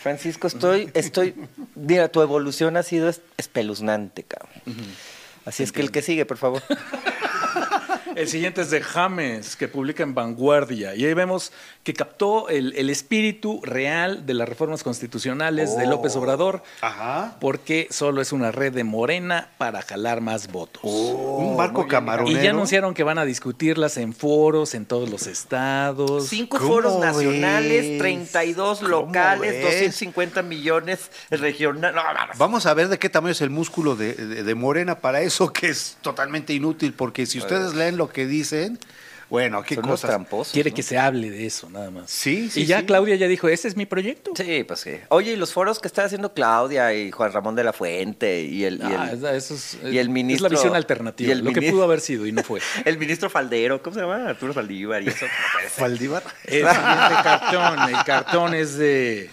[SPEAKER 3] Francisco, estoy, estoy. Mira, tu evolución ha sido es- espeluznante, cabrón. Así es que el que sigue, por favor.
[SPEAKER 2] El siguiente es de James, que publica en Vanguardia. Y ahí vemos que captó el, el espíritu real de las reformas constitucionales de López
[SPEAKER 3] Oh.
[SPEAKER 2] Obrador,
[SPEAKER 4] Ajá.
[SPEAKER 2] porque solo es una red de morena para jalar más votos.
[SPEAKER 4] un
[SPEAKER 3] Oh,
[SPEAKER 4] barco camaronero.
[SPEAKER 2] Y ya anunciaron que van a discutirlas en foros en todos los estados.
[SPEAKER 3] *laughs* Cinco
[SPEAKER 4] ¿Cómo
[SPEAKER 3] foros
[SPEAKER 4] ves?
[SPEAKER 3] nacionales, 32
[SPEAKER 4] ¿Cómo
[SPEAKER 3] locales,
[SPEAKER 4] ves?
[SPEAKER 3] 250 millones regionales. No, no, no.
[SPEAKER 4] Vamos a ver de qué tamaño es el músculo de, de- de Morena para eso, que es totalmente inútil, porque si ustedes leen lo que dicen, bueno, qué
[SPEAKER 3] Son unos
[SPEAKER 4] cosas.
[SPEAKER 3] tramposos.
[SPEAKER 2] Quiere
[SPEAKER 3] ¿no?
[SPEAKER 2] que se hable de eso, nada más.
[SPEAKER 4] Sí, sí,
[SPEAKER 2] Y ya
[SPEAKER 4] sí.
[SPEAKER 2] Claudia ya dijo, ese es mi proyecto.
[SPEAKER 3] Sí, pues sí. Oye, y los foros que está haciendo Claudia y Juan Ramón de la Fuente y el, y
[SPEAKER 2] Ah,
[SPEAKER 3] el,
[SPEAKER 2] eso es,
[SPEAKER 3] y el ministro-
[SPEAKER 2] es la visión alternativa,
[SPEAKER 3] y el
[SPEAKER 2] lo que
[SPEAKER 3] mini-
[SPEAKER 2] pudo haber sido y no *laughs* fue.
[SPEAKER 3] el ministro Faldero, ¿cómo se llama? Arturo
[SPEAKER 2] *laughs*
[SPEAKER 3] Saldívar y eso. no puede ser.
[SPEAKER 4] Faldívar.
[SPEAKER 2] El siguiente cartón, el cartón es de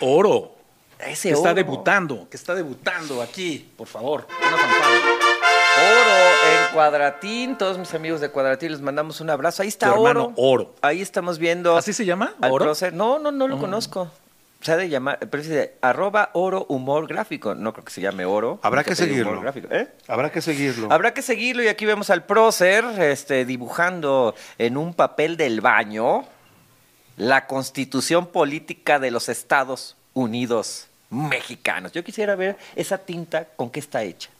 [SPEAKER 2] oro.
[SPEAKER 3] Ese
[SPEAKER 2] Que está
[SPEAKER 3] oro.
[SPEAKER 2] debutando, que está debutando aquí, por favor. Una fanfarria.
[SPEAKER 3] Oro en Cuadratín. Todos mis amigos de Cuadratín les mandamos un abrazo. Ahí está
[SPEAKER 2] Tu hermano,
[SPEAKER 3] Oro.
[SPEAKER 2] Oro.
[SPEAKER 3] Ahí estamos viendo.
[SPEAKER 2] ¿Así se llama?
[SPEAKER 3] al
[SPEAKER 2] ¿Oro? Oh.
[SPEAKER 3] prócer. No, no, no lo conozco. Se ha de llamar, pero es de arroba oro humor gráfico. No creo que se llame oro.
[SPEAKER 4] Habrá que
[SPEAKER 3] apellido
[SPEAKER 4] seguirlo.
[SPEAKER 3] Humor Gráfico. ¿Eh?
[SPEAKER 4] Habrá que seguirlo.
[SPEAKER 3] Habrá que seguirlo y aquí vemos al prócer este, dibujando en un papel del baño la constitución política de los Estados Unidos mexicanos. Yo quisiera ver esa tinta con qué está hecha.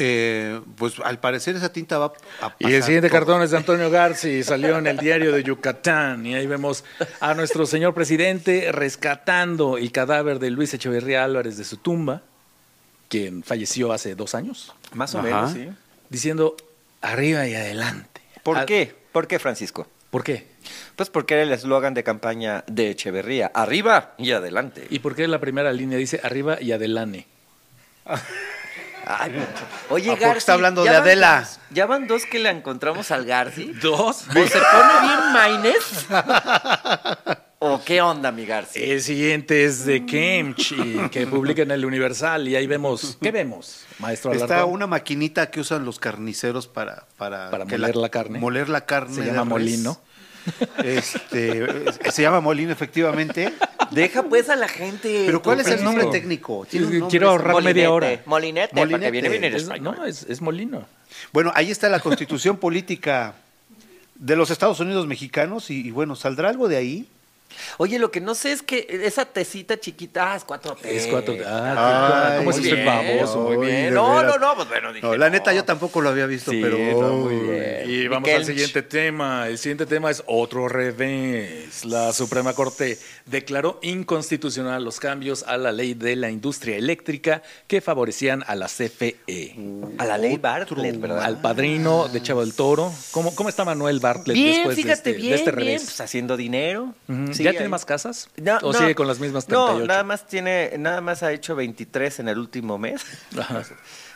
[SPEAKER 4] Eh, pues al parecer esa tinta va a
[SPEAKER 2] Y el
[SPEAKER 4] pasar
[SPEAKER 2] siguiente
[SPEAKER 4] todo.
[SPEAKER 2] cartón es de Antonio Garci, salió en el diario de Yucatán y ahí vemos a nuestro señor presidente rescatando el cadáver de Luis Echeverría Álvarez de su tumba, quien falleció hace dos años,
[SPEAKER 3] Más o
[SPEAKER 4] Ajá.
[SPEAKER 3] menos, sí.
[SPEAKER 2] diciendo arriba y adelante.
[SPEAKER 3] ¿Por
[SPEAKER 2] Ah,
[SPEAKER 3] qué? ¿Por qué, Francisco?
[SPEAKER 2] ¿Por qué?
[SPEAKER 3] Pues porque era el eslogan de campaña de Echeverría. Arriba y adelante.
[SPEAKER 2] ¿Y por qué la primera línea dice arriba y adelante?
[SPEAKER 3] Ay, oye,
[SPEAKER 4] ¿A poco
[SPEAKER 3] Garci,
[SPEAKER 4] está hablando
[SPEAKER 3] ¿ya
[SPEAKER 4] de
[SPEAKER 3] van
[SPEAKER 4] Adela?
[SPEAKER 3] dos? ya van dos que le encontramos
[SPEAKER 2] *laughs*
[SPEAKER 3] al Garci.
[SPEAKER 2] Dos.
[SPEAKER 3] ¿O se pone bien Maines? ¿O qué onda, mi Garci?
[SPEAKER 2] El siguiente es de Kemch, y que publica en el Universal y ahí vemos, ¿qué vemos, maestro
[SPEAKER 4] Está
[SPEAKER 2] Alarcón?
[SPEAKER 4] una maquinita que usan los carniceros para para,
[SPEAKER 2] Para
[SPEAKER 4] que
[SPEAKER 2] moler la carne.
[SPEAKER 4] Moler la carne.
[SPEAKER 2] Se
[SPEAKER 4] de
[SPEAKER 2] llama
[SPEAKER 4] res.
[SPEAKER 2] molino.
[SPEAKER 4] Este, eh, se llama molino efectivamente.
[SPEAKER 3] Deja pues a la gente.
[SPEAKER 4] Pero ¿cuál es el
[SPEAKER 2] Francisco.
[SPEAKER 4] nombre técnico? Tiene un
[SPEAKER 2] Sí,
[SPEAKER 4] nombre
[SPEAKER 2] Quiero ahorrar
[SPEAKER 3] Molinete,
[SPEAKER 2] media hora.
[SPEAKER 3] Molinete, porque
[SPEAKER 4] Molinete.
[SPEAKER 3] viene bien en
[SPEAKER 2] Es-
[SPEAKER 3] español.
[SPEAKER 2] no, es, es molino.
[SPEAKER 4] Bueno, ahí está la constitución política de los Estados Unidos mexicanos y, y bueno, ¿saldrá algo de ahí?
[SPEAKER 3] Oye, lo que no sé es que esa tecita chiquita, ah, es 4T.
[SPEAKER 2] Es cuatro. Ah,
[SPEAKER 4] Ay,
[SPEAKER 2] ¿Cómo
[SPEAKER 4] muy
[SPEAKER 2] es usted
[SPEAKER 4] bien,
[SPEAKER 2] baboso?
[SPEAKER 4] muy bien. de
[SPEAKER 3] No, no,
[SPEAKER 4] veras.
[SPEAKER 3] no, pues bueno, dije.
[SPEAKER 4] No, la neta
[SPEAKER 3] no.
[SPEAKER 4] yo tampoco lo había visto,
[SPEAKER 3] Sí,
[SPEAKER 4] pero
[SPEAKER 3] no,
[SPEAKER 4] *laughs*
[SPEAKER 3] muy bien.
[SPEAKER 2] Y vamos
[SPEAKER 3] Miquel.
[SPEAKER 2] al siguiente tema. El siguiente tema es otro revés. La Suprema Corte declaró inconstitucional los cambios a la ley de la industria eléctrica que favorecían a la CFE.
[SPEAKER 3] A la ley Bartlett, ¿verdad? Ah,
[SPEAKER 2] Al padrino de Chavo del Toro. ¿Cómo, cómo está Manuel Bartlett
[SPEAKER 3] Bien,
[SPEAKER 2] después de
[SPEAKER 3] fíjate,
[SPEAKER 2] este, de
[SPEAKER 3] bien,
[SPEAKER 2] este
[SPEAKER 3] bien,
[SPEAKER 2] revés?
[SPEAKER 3] pues haciendo dinero.
[SPEAKER 2] Ujú.
[SPEAKER 3] Sí,
[SPEAKER 2] ¿Ya
[SPEAKER 3] ahí.
[SPEAKER 2] tiene más casas?
[SPEAKER 3] No,
[SPEAKER 2] ¿O
[SPEAKER 3] no.
[SPEAKER 2] sigue con las mismas
[SPEAKER 3] No,
[SPEAKER 2] 38?
[SPEAKER 3] nada más tiene, nada más ha hecho 23 en el
[SPEAKER 2] *laughs*
[SPEAKER 3] último mes.
[SPEAKER 2] Ajá.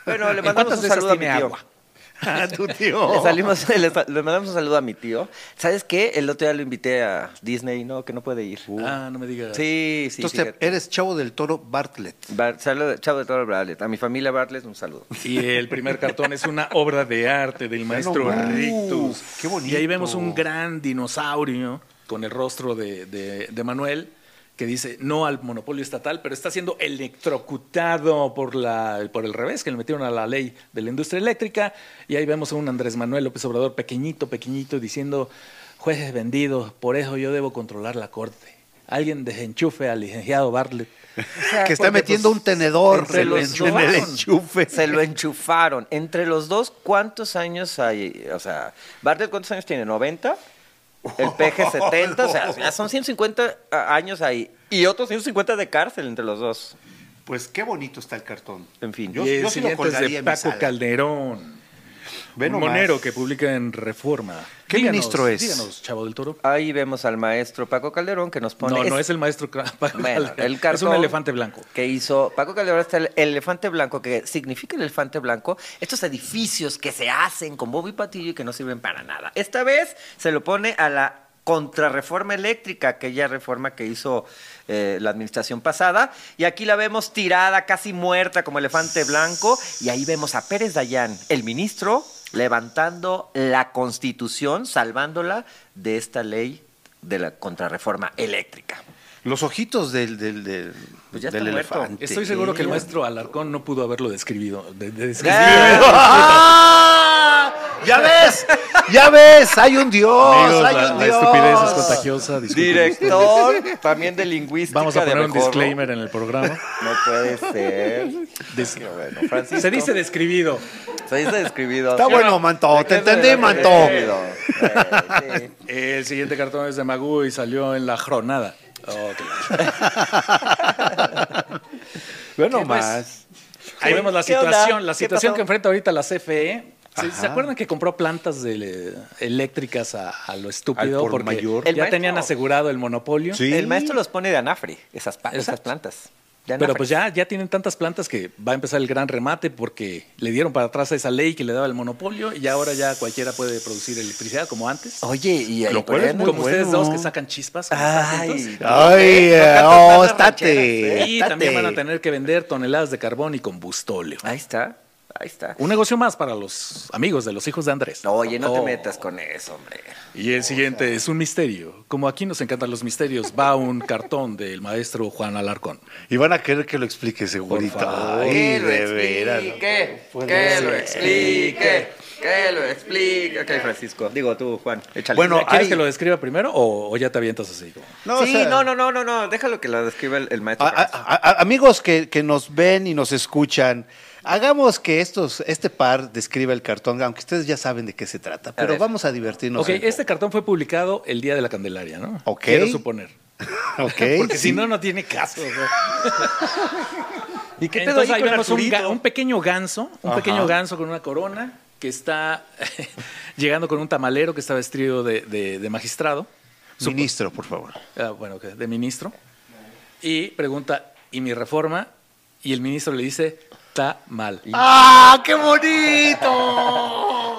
[SPEAKER 3] Bueno, le
[SPEAKER 2] ¿En cuántas
[SPEAKER 3] mandamos un
[SPEAKER 2] de esas
[SPEAKER 3] saludo a mi tío.
[SPEAKER 2] tiene agua? Oh.
[SPEAKER 4] Ah, tu tío.
[SPEAKER 3] Le,
[SPEAKER 2] *laughs*
[SPEAKER 3] salimos- le sa- le mandamos un saludo a mi tío. ¿Sabes qué? El otro día lo invité a Disney, no, que no puede ir.
[SPEAKER 2] Ah, no me digas.
[SPEAKER 3] Uh. Sí, sí,
[SPEAKER 4] Entonces,
[SPEAKER 3] fíjate.
[SPEAKER 4] eres chavo del toro Bartlett.
[SPEAKER 3] Bar- saludo- chavo de todo Bartlett. A mi familia Bartlett, un saludo.
[SPEAKER 2] Y el primer cartón es una obra de arte del maestro
[SPEAKER 4] nomás.
[SPEAKER 2] Rictus.
[SPEAKER 4] Uh, Qué bonito.
[SPEAKER 2] Y ahí vemos un gran dinosaurio con el rostro de, de- de Manuel que dice no al monopolio estatal, pero está siendo electrocutado por, la, por el revés que le metieron a la ley de la industria eléctrica. Y ahí vemos a un Andrés Manuel López Obrador pequeñito, pequeñito, diciendo, jueces vendidos, por eso yo debo controlar la corte. Alguien desenchufe al licenciado Bartlett.
[SPEAKER 4] que está
[SPEAKER 3] porque,
[SPEAKER 4] metiendo
[SPEAKER 3] pues,
[SPEAKER 4] un tenedor
[SPEAKER 3] entre
[SPEAKER 4] en,
[SPEAKER 3] los
[SPEAKER 4] en-
[SPEAKER 3] dos.
[SPEAKER 4] en el enchufe.
[SPEAKER 3] Se lo enchufaron. Entre los dos, ¿cuántos años hay? O sea, Bartlett, ¿cuántos años tiene? ¿90? El PG 70, o sea, ya son 150 a- años ahí. Y otros 150 de cárcel entre los dos.
[SPEAKER 4] Pues qué bonito está el cartón.
[SPEAKER 3] En fin.
[SPEAKER 4] yo,
[SPEAKER 2] y el
[SPEAKER 4] yo sí lo
[SPEAKER 2] siguiente es
[SPEAKER 4] colgaría
[SPEAKER 2] de
[SPEAKER 4] en mi
[SPEAKER 2] Paco
[SPEAKER 4] sala.
[SPEAKER 2] Calderón.
[SPEAKER 4] Ve
[SPEAKER 2] un
[SPEAKER 4] nomás.
[SPEAKER 2] monero que publica en Reforma.
[SPEAKER 4] ¿Qué ministro es?
[SPEAKER 2] Díganos, Chavo del Toro.
[SPEAKER 3] Ahí vemos al maestro Paco Calderón que nos pone.
[SPEAKER 2] no, no es el maestro Cra- *laughs* Paco
[SPEAKER 3] Bueno,
[SPEAKER 2] Calderón.
[SPEAKER 3] el cartón
[SPEAKER 2] Es un elefante blanco.
[SPEAKER 3] Que hizo Paco Calderón está el elefante blanco, que significa el elefante blanco, estos edificios que se hacen con Bobby Patillo y que no sirven para nada. Esta vez se lo pone a la contrarreforma eléctrica, aquella reforma que hizo eh, la administración pasada, y aquí la vemos tirada, casi muerta como elefante blanco, y ahí vemos a Pérez Dayán, el ministro, levantando la constitución, salvándola de esta ley de la contrarreforma eléctrica.
[SPEAKER 4] Los ojitos del, del, del,
[SPEAKER 3] Pues ya
[SPEAKER 4] del
[SPEAKER 3] está muerto.
[SPEAKER 4] elefante.
[SPEAKER 2] Estoy seguro que el
[SPEAKER 4] *laughs*
[SPEAKER 2] maestro Alarcón no pudo haberlo describido. de- de- describido.
[SPEAKER 3] ¡Ah!
[SPEAKER 4] ¡Ah! ¡Ya ves! Ya ves, hay un Dios,
[SPEAKER 2] Amigos,
[SPEAKER 4] hay
[SPEAKER 2] la,
[SPEAKER 4] un
[SPEAKER 2] la
[SPEAKER 4] Dios.
[SPEAKER 2] estupidez es contagiosa. disculpen
[SPEAKER 3] Director también de
[SPEAKER 2] ustedes.
[SPEAKER 3] lingüística.
[SPEAKER 2] Vamos a
[SPEAKER 3] de
[SPEAKER 2] poner un
[SPEAKER 3] Abejorro.
[SPEAKER 2] disclaimer en el programa.
[SPEAKER 3] No puede ser.
[SPEAKER 2] Dis-
[SPEAKER 3] Qué bueno, Francisco.
[SPEAKER 2] Se dice describido.
[SPEAKER 3] Se dice describido.
[SPEAKER 4] Está bueno, Manto. Te entendí, Manto.
[SPEAKER 2] El siguiente cartón es de Magoo y salió en la jornada. Ok.
[SPEAKER 4] Bueno,
[SPEAKER 2] ¿Qué
[SPEAKER 4] más.
[SPEAKER 2] Ahí
[SPEAKER 3] ¿Qué-
[SPEAKER 2] vemos la
[SPEAKER 3] qué onda?
[SPEAKER 2] situación, la
[SPEAKER 3] ¿Qué
[SPEAKER 2] situación
[SPEAKER 3] pasó?
[SPEAKER 2] que enfrenta ahorita la CFE. ¿Se, se
[SPEAKER 4] Ajá.
[SPEAKER 2] acuerdan que compró plantas de- eléctricas a, a lo estúpido?
[SPEAKER 4] por
[SPEAKER 2] porque
[SPEAKER 4] mayor.
[SPEAKER 2] ya
[SPEAKER 3] El maestro-
[SPEAKER 2] tenían asegurado el monopolio.
[SPEAKER 4] Sí.
[SPEAKER 3] El maestro los pone de anafre, esas, pa- esas
[SPEAKER 2] Exacto.
[SPEAKER 3] plantas. De
[SPEAKER 2] Pero
[SPEAKER 3] anafre.
[SPEAKER 2] pues ya, ya tienen tantas plantas que va a empezar el gran remate porque le dieron para atrás a esa ley que le daba el monopolio y ahora ya cualquiera puede producir electricidad como antes.
[SPEAKER 3] Oye, y ahí
[SPEAKER 4] Lo cual es
[SPEAKER 3] poniendo-
[SPEAKER 4] muy
[SPEAKER 2] como ustedes
[SPEAKER 4] bueno.
[SPEAKER 2] dos que sacan chispas. como están juntos.
[SPEAKER 3] Ay,
[SPEAKER 4] Ay,
[SPEAKER 3] no,
[SPEAKER 4] eh,
[SPEAKER 3] no,
[SPEAKER 4] oh,
[SPEAKER 3] no,
[SPEAKER 4] estate.
[SPEAKER 2] Y
[SPEAKER 4] estate.
[SPEAKER 2] también van a tener que vender toneladas de carbón y combustóleo.
[SPEAKER 3] Ahí está, ahí está.
[SPEAKER 2] Un negocio más para los amigos de los hijos de Andrés.
[SPEAKER 3] No, oye, no te
[SPEAKER 2] Oh.
[SPEAKER 3] metas con eso, hombre.
[SPEAKER 2] Y el siguiente es un misterio. Como aquí nos encantan los misterios, va un cartón del maestro Juan Alarcón.
[SPEAKER 4] Y van a querer que lo explique segurito.
[SPEAKER 2] favor.
[SPEAKER 4] Ay,
[SPEAKER 3] que lo
[SPEAKER 4] de veras.
[SPEAKER 3] explique,
[SPEAKER 4] Puede
[SPEAKER 3] que
[SPEAKER 4] ser.
[SPEAKER 3] lo explique, que lo explique. Ok, Francisco, digo tú, Juan, échale.
[SPEAKER 4] Bueno,
[SPEAKER 2] ¿Quieres
[SPEAKER 4] hay-
[SPEAKER 2] que lo describa primero o, o ya te avientas así? como?
[SPEAKER 4] No, o
[SPEAKER 3] sí,
[SPEAKER 4] sea, Ah,
[SPEAKER 3] no, no, no, no, no, déjalo que la describa el, el maestro.
[SPEAKER 4] a- a- a- amigos que, que nos ven y nos escuchan, hagamos que estos, este par describa el cartón, aunque ustedes ya saben de qué se trata, pero
[SPEAKER 3] ver.
[SPEAKER 4] vamos a divertirnos.
[SPEAKER 2] ok,
[SPEAKER 4] un poco.
[SPEAKER 2] este cartón fue publicado el día de la Candelaria, ¿no?
[SPEAKER 4] Ok.
[SPEAKER 2] Quiero suponer.
[SPEAKER 4] *laughs* Ok,
[SPEAKER 2] *laughs* Porque
[SPEAKER 4] sí.
[SPEAKER 2] si no, no tiene caso. o sea.
[SPEAKER 3] ¿Y qué pedo
[SPEAKER 2] Entonces
[SPEAKER 3] ahí
[SPEAKER 2] ahí
[SPEAKER 3] con
[SPEAKER 2] vemos un,
[SPEAKER 3] Arturito?
[SPEAKER 2] ga- un pequeño ganso, un
[SPEAKER 4] Ajá.
[SPEAKER 2] pequeño ganso con una corona que está *laughs* llegando con un tamalero que está vestido de, de- de magistrado,
[SPEAKER 4] Ministro, por favor.
[SPEAKER 2] ah, bueno, que de ministro, y pregunta, ¿y mi reforma? Y el ministro le dice, está mal.
[SPEAKER 4] ¡Ah, qué bonito!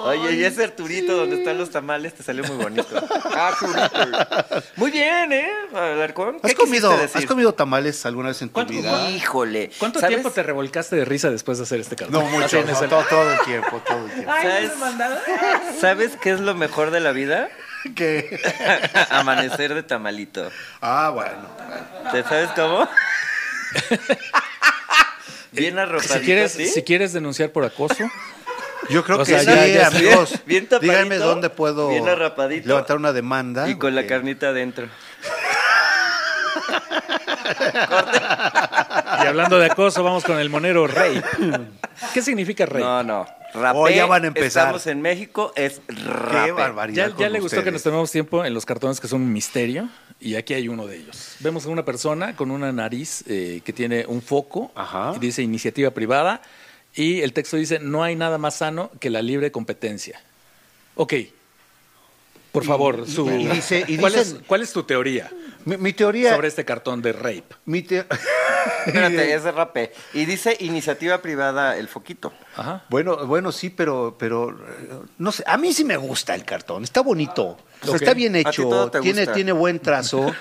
[SPEAKER 3] Oye, y ese Arturito donde están los tamales te salió muy
[SPEAKER 4] *laughs*
[SPEAKER 3] bonito.
[SPEAKER 4] Ah,
[SPEAKER 3] Arturito. Muy bien, ¿eh? Alarcón. ¿qué
[SPEAKER 4] ¿Has comido,
[SPEAKER 3] quisiste decir?
[SPEAKER 4] ¿Has comido tamales alguna vez en tu
[SPEAKER 2] ¿Cuánto-
[SPEAKER 4] vida?
[SPEAKER 3] Híjole.
[SPEAKER 2] ¿Cuánto
[SPEAKER 3] ¿sabes?
[SPEAKER 2] tiempo te revolcaste de risa después de hacer este cartón?
[SPEAKER 4] No mucho, no, todo, todo el tiempo, todo el tiempo.
[SPEAKER 2] Ah,
[SPEAKER 3] ¿Sabes? *laughs* ¿Sabes qué es lo mejor de la vida? *laughs*
[SPEAKER 4] ¿Qué?
[SPEAKER 3] Amanecer de tamalito.
[SPEAKER 4] Ah, bueno.
[SPEAKER 3] ¿Te sabes cómo? *laughs*
[SPEAKER 4] Eh,
[SPEAKER 3] Bien arropadito,
[SPEAKER 2] Si quieres,
[SPEAKER 3] ¿sí?
[SPEAKER 2] si quieres denunciar por acoso,
[SPEAKER 4] Yo creo
[SPEAKER 2] O sea,
[SPEAKER 4] que sí,
[SPEAKER 2] ya- ya-
[SPEAKER 4] amigos.
[SPEAKER 3] *laughs* bien tapadito,
[SPEAKER 4] díganme dónde puedo
[SPEAKER 3] bien arrapadito.
[SPEAKER 4] levantar una demanda.
[SPEAKER 3] Y con la
[SPEAKER 4] porque-
[SPEAKER 3] carnita adentro.
[SPEAKER 2] y hablando de acoso, vamos con el monero rey. ¿Qué significa rey?
[SPEAKER 3] No, no. Rapé,
[SPEAKER 4] Oh, ya van a empezar.
[SPEAKER 3] Estamos en México, es
[SPEAKER 4] Qué
[SPEAKER 3] rape.
[SPEAKER 4] barbaridad.
[SPEAKER 2] Ya, ya
[SPEAKER 4] con
[SPEAKER 2] le gustó que nos
[SPEAKER 4] ustedes.
[SPEAKER 2] tomemos tiempo en los cartones que son un misterio y aquí hay uno de ellos. Vemos a una persona con una nariz eh, que tiene un foco
[SPEAKER 4] Ajá.
[SPEAKER 2] y dice iniciativa privada y el texto dice no hay nada más sano que la libre competencia. Ok. Por favor,
[SPEAKER 4] y-
[SPEAKER 2] su-
[SPEAKER 4] y dice- y
[SPEAKER 2] ¿cuál,
[SPEAKER 4] dicen-
[SPEAKER 2] es, cuál es tu teoría
[SPEAKER 4] Mi, mi teoría.
[SPEAKER 2] sobre este cartón de rape?
[SPEAKER 4] Mi *laughs* te-
[SPEAKER 3] Espérate, es rapé. Y dice iniciativa privada el foquito.
[SPEAKER 2] Ajá.
[SPEAKER 4] Bueno, bueno, sí, pero, pero eh, no sé. A mí sí me gusta el cartón. Está bonito. O sea,
[SPEAKER 2] Ok.
[SPEAKER 4] Está bien
[SPEAKER 3] A ti todo
[SPEAKER 4] hecho.
[SPEAKER 3] te
[SPEAKER 4] Tiene,
[SPEAKER 3] gusta.
[SPEAKER 4] tiene
[SPEAKER 3] *laughs*
[SPEAKER 4] buen trazo.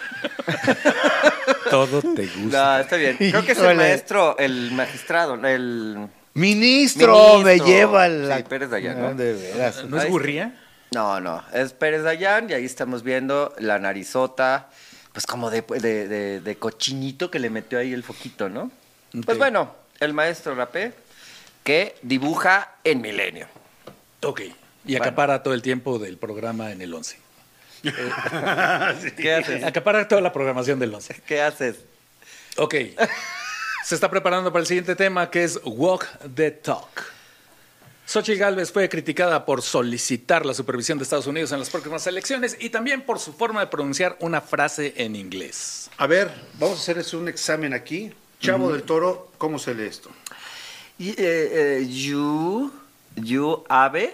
[SPEAKER 2] Todo te gusta.
[SPEAKER 3] No, está bien. Creo que es el
[SPEAKER 4] Híjole.
[SPEAKER 3] maestro, el magistrado, el...
[SPEAKER 4] Ministro, me
[SPEAKER 3] Ministro.
[SPEAKER 4] lleva
[SPEAKER 3] Sí,
[SPEAKER 4] la.
[SPEAKER 3] Pérez Dayan, ¿no?
[SPEAKER 4] De veras.
[SPEAKER 2] ¿No es
[SPEAKER 3] Ahí-
[SPEAKER 2] burría?
[SPEAKER 3] No, no, es Pérez Dayán y ahí estamos viendo la narizota, pues como de, de- de- de cochinito que le metió ahí el foquito, ¿no? Pues
[SPEAKER 2] Ok.
[SPEAKER 3] bueno, el maestro Rapé que dibuja en Milenio.
[SPEAKER 2] Ok. Y
[SPEAKER 3] Bueno.
[SPEAKER 2] acapara todo el tiempo del programa en el 11.
[SPEAKER 3] ¿Qué
[SPEAKER 2] *laughs*
[SPEAKER 3] haces?
[SPEAKER 2] Acapara toda la programación del 11.
[SPEAKER 3] ¿Qué haces?
[SPEAKER 5] *laughs*
[SPEAKER 2] Ok. Se está preparando para el siguiente tema que es Walk the Talk. Xochitl Gálvez fue criticada por solicitar la supervisión de Estados Unidos en las próximas elecciones y también por su forma de pronunciar una frase en inglés.
[SPEAKER 5] A ver, vamos a hacerles un examen aquí. Chavo del Toro, ¿cómo se lee esto?
[SPEAKER 3] Y, eh, eh, you, you ave,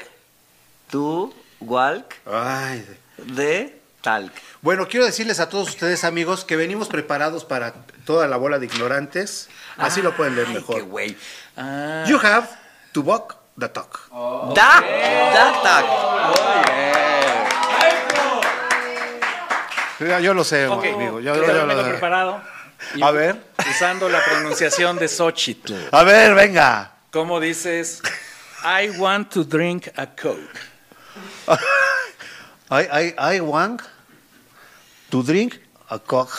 [SPEAKER 3] tú walk
[SPEAKER 5] Ay. de-
[SPEAKER 3] de talk.
[SPEAKER 5] Bueno, quiero decirles a todos ustedes, amigos, que venimos preparados para toda la bola de ignorantes. Así lo pueden leer
[SPEAKER 3] Ay, qué
[SPEAKER 5] mejor.
[SPEAKER 3] güey.
[SPEAKER 5] You have to walk the talk.
[SPEAKER 3] Da, da talk.
[SPEAKER 5] Ya, Yo lo sé, güey, amigo. Yo, yo- yo lo sé.
[SPEAKER 2] preparado. Y
[SPEAKER 5] A ver.
[SPEAKER 2] Usando la pronunciación de Xochitl.
[SPEAKER 4] A ver, venga.
[SPEAKER 2] ¿Cómo dices? I want to drink a Coke.
[SPEAKER 4] I, I, I want to drink a cock.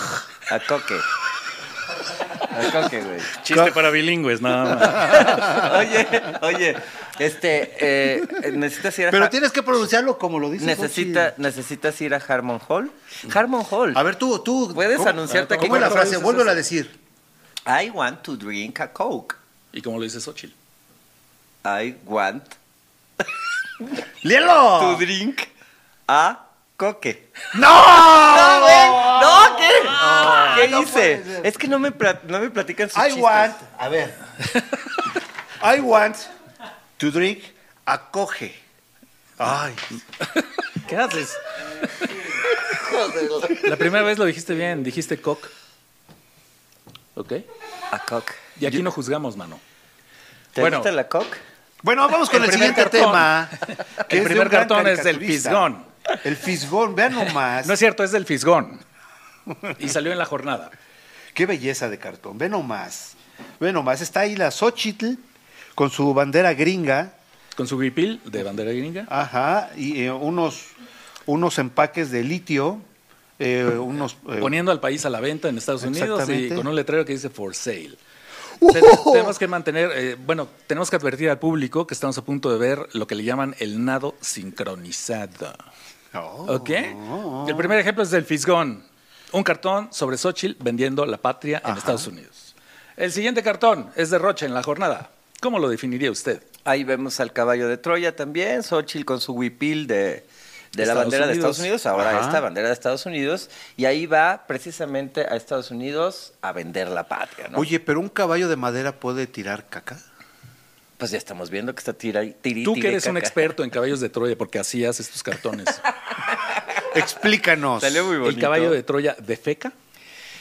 [SPEAKER 3] A coque. A coque, güey.
[SPEAKER 2] Chiste para bilingües, nada más.
[SPEAKER 3] Oye, oye, Este, eh, necesitas ir a
[SPEAKER 4] Pero
[SPEAKER 3] Har-
[SPEAKER 4] tienes que pronunciarlo como lo dices.
[SPEAKER 3] necesita, necesitas ir a Harmon Hall. Harmon Hall.
[SPEAKER 4] Jochi. A ver, tú, tú.
[SPEAKER 3] Puedes
[SPEAKER 4] ¿cómo-
[SPEAKER 3] anunciarte aquí
[SPEAKER 4] ¿Cómo es la
[SPEAKER 3] cuando
[SPEAKER 4] frase?
[SPEAKER 3] dices
[SPEAKER 4] Vuelvo a
[SPEAKER 3] eso.
[SPEAKER 4] decir.
[SPEAKER 3] I want to drink a Coke.
[SPEAKER 2] Y como lo dice Xochitl.
[SPEAKER 3] I want to Ah.
[SPEAKER 4] ¡Lielo!
[SPEAKER 3] drink a Coke.
[SPEAKER 4] ¡No!
[SPEAKER 3] ¡No, ven! ¡No! ¿Qué, ¿Qué
[SPEAKER 4] no
[SPEAKER 3] hice?
[SPEAKER 4] puede ser.
[SPEAKER 3] es que no me, pla- no me platican sus
[SPEAKER 4] I
[SPEAKER 3] chistes.
[SPEAKER 4] want. A ver. I want to drink a coge. Ay.
[SPEAKER 2] ¿Qué haces? La primera vez lo dijiste bien, dijiste cock. ¿Ok?
[SPEAKER 3] A Coke.
[SPEAKER 2] Y aquí no juzgamos, mano.
[SPEAKER 3] ¿Te
[SPEAKER 2] Bueno.
[SPEAKER 3] gusta la Coke?
[SPEAKER 4] Bueno, vamos con el,
[SPEAKER 2] primer
[SPEAKER 4] siguiente
[SPEAKER 2] cartón.
[SPEAKER 4] tema. que
[SPEAKER 2] El
[SPEAKER 4] es de
[SPEAKER 2] primer
[SPEAKER 4] un gran
[SPEAKER 2] cartón es del
[SPEAKER 4] caricaturista.
[SPEAKER 2] Fisgón.
[SPEAKER 4] El fisgón, vean nomás.
[SPEAKER 2] No es cierto, es del Fisgón. Y salió en la jornada.
[SPEAKER 4] Qué belleza de cartón, ve nomás. Ve nomás, está ahí la Xochitl con su bandera gringa,
[SPEAKER 2] Con su gripil de bandera gringa.
[SPEAKER 4] Ah, ajá, y eh, unos, unos empaques de litio, eh, unos... eh,
[SPEAKER 2] Poniendo al país a la venta en Estados Unidos y
[SPEAKER 4] Exactamente.
[SPEAKER 2] con un letrero que dice for sale. Ten- Tenemos que mantener, eh, bueno, tenemos que advertir al público que estamos a punto de ver lo que le llaman el nado sincronizado.
[SPEAKER 4] oh,
[SPEAKER 2] ¿Ok? El primer ejemplo es del Fisgón. Un cartón sobre Xochitl vendiendo la patria en Estados Unidos. El siguiente cartón es de Rocha en la jornada. ¿Cómo lo definiría usted?
[SPEAKER 3] Ahí vemos al caballo de Troya también, Xochitl con su huipil de, de la
[SPEAKER 2] Estados
[SPEAKER 3] bandera de
[SPEAKER 2] Unidos.
[SPEAKER 3] Estados Unidos, ahora
[SPEAKER 4] Ajá.
[SPEAKER 3] esta bandera de Estados Unidos, y ahí va precisamente a Estados Unidos a vender la patria, ¿no?
[SPEAKER 4] Oye, pero un caballo de madera puede tirar *laughs* caca.
[SPEAKER 3] Pues ya estamos viendo que está tira, tiri,
[SPEAKER 2] Tú
[SPEAKER 3] tire,
[SPEAKER 2] que eres un
[SPEAKER 3] caca.
[SPEAKER 2] experto en caballos de Troya porque hacías estos cartones.
[SPEAKER 4] Explícanos.
[SPEAKER 3] Salió *laughs* muy bonito.
[SPEAKER 2] ¿El caballo de Troya de feca?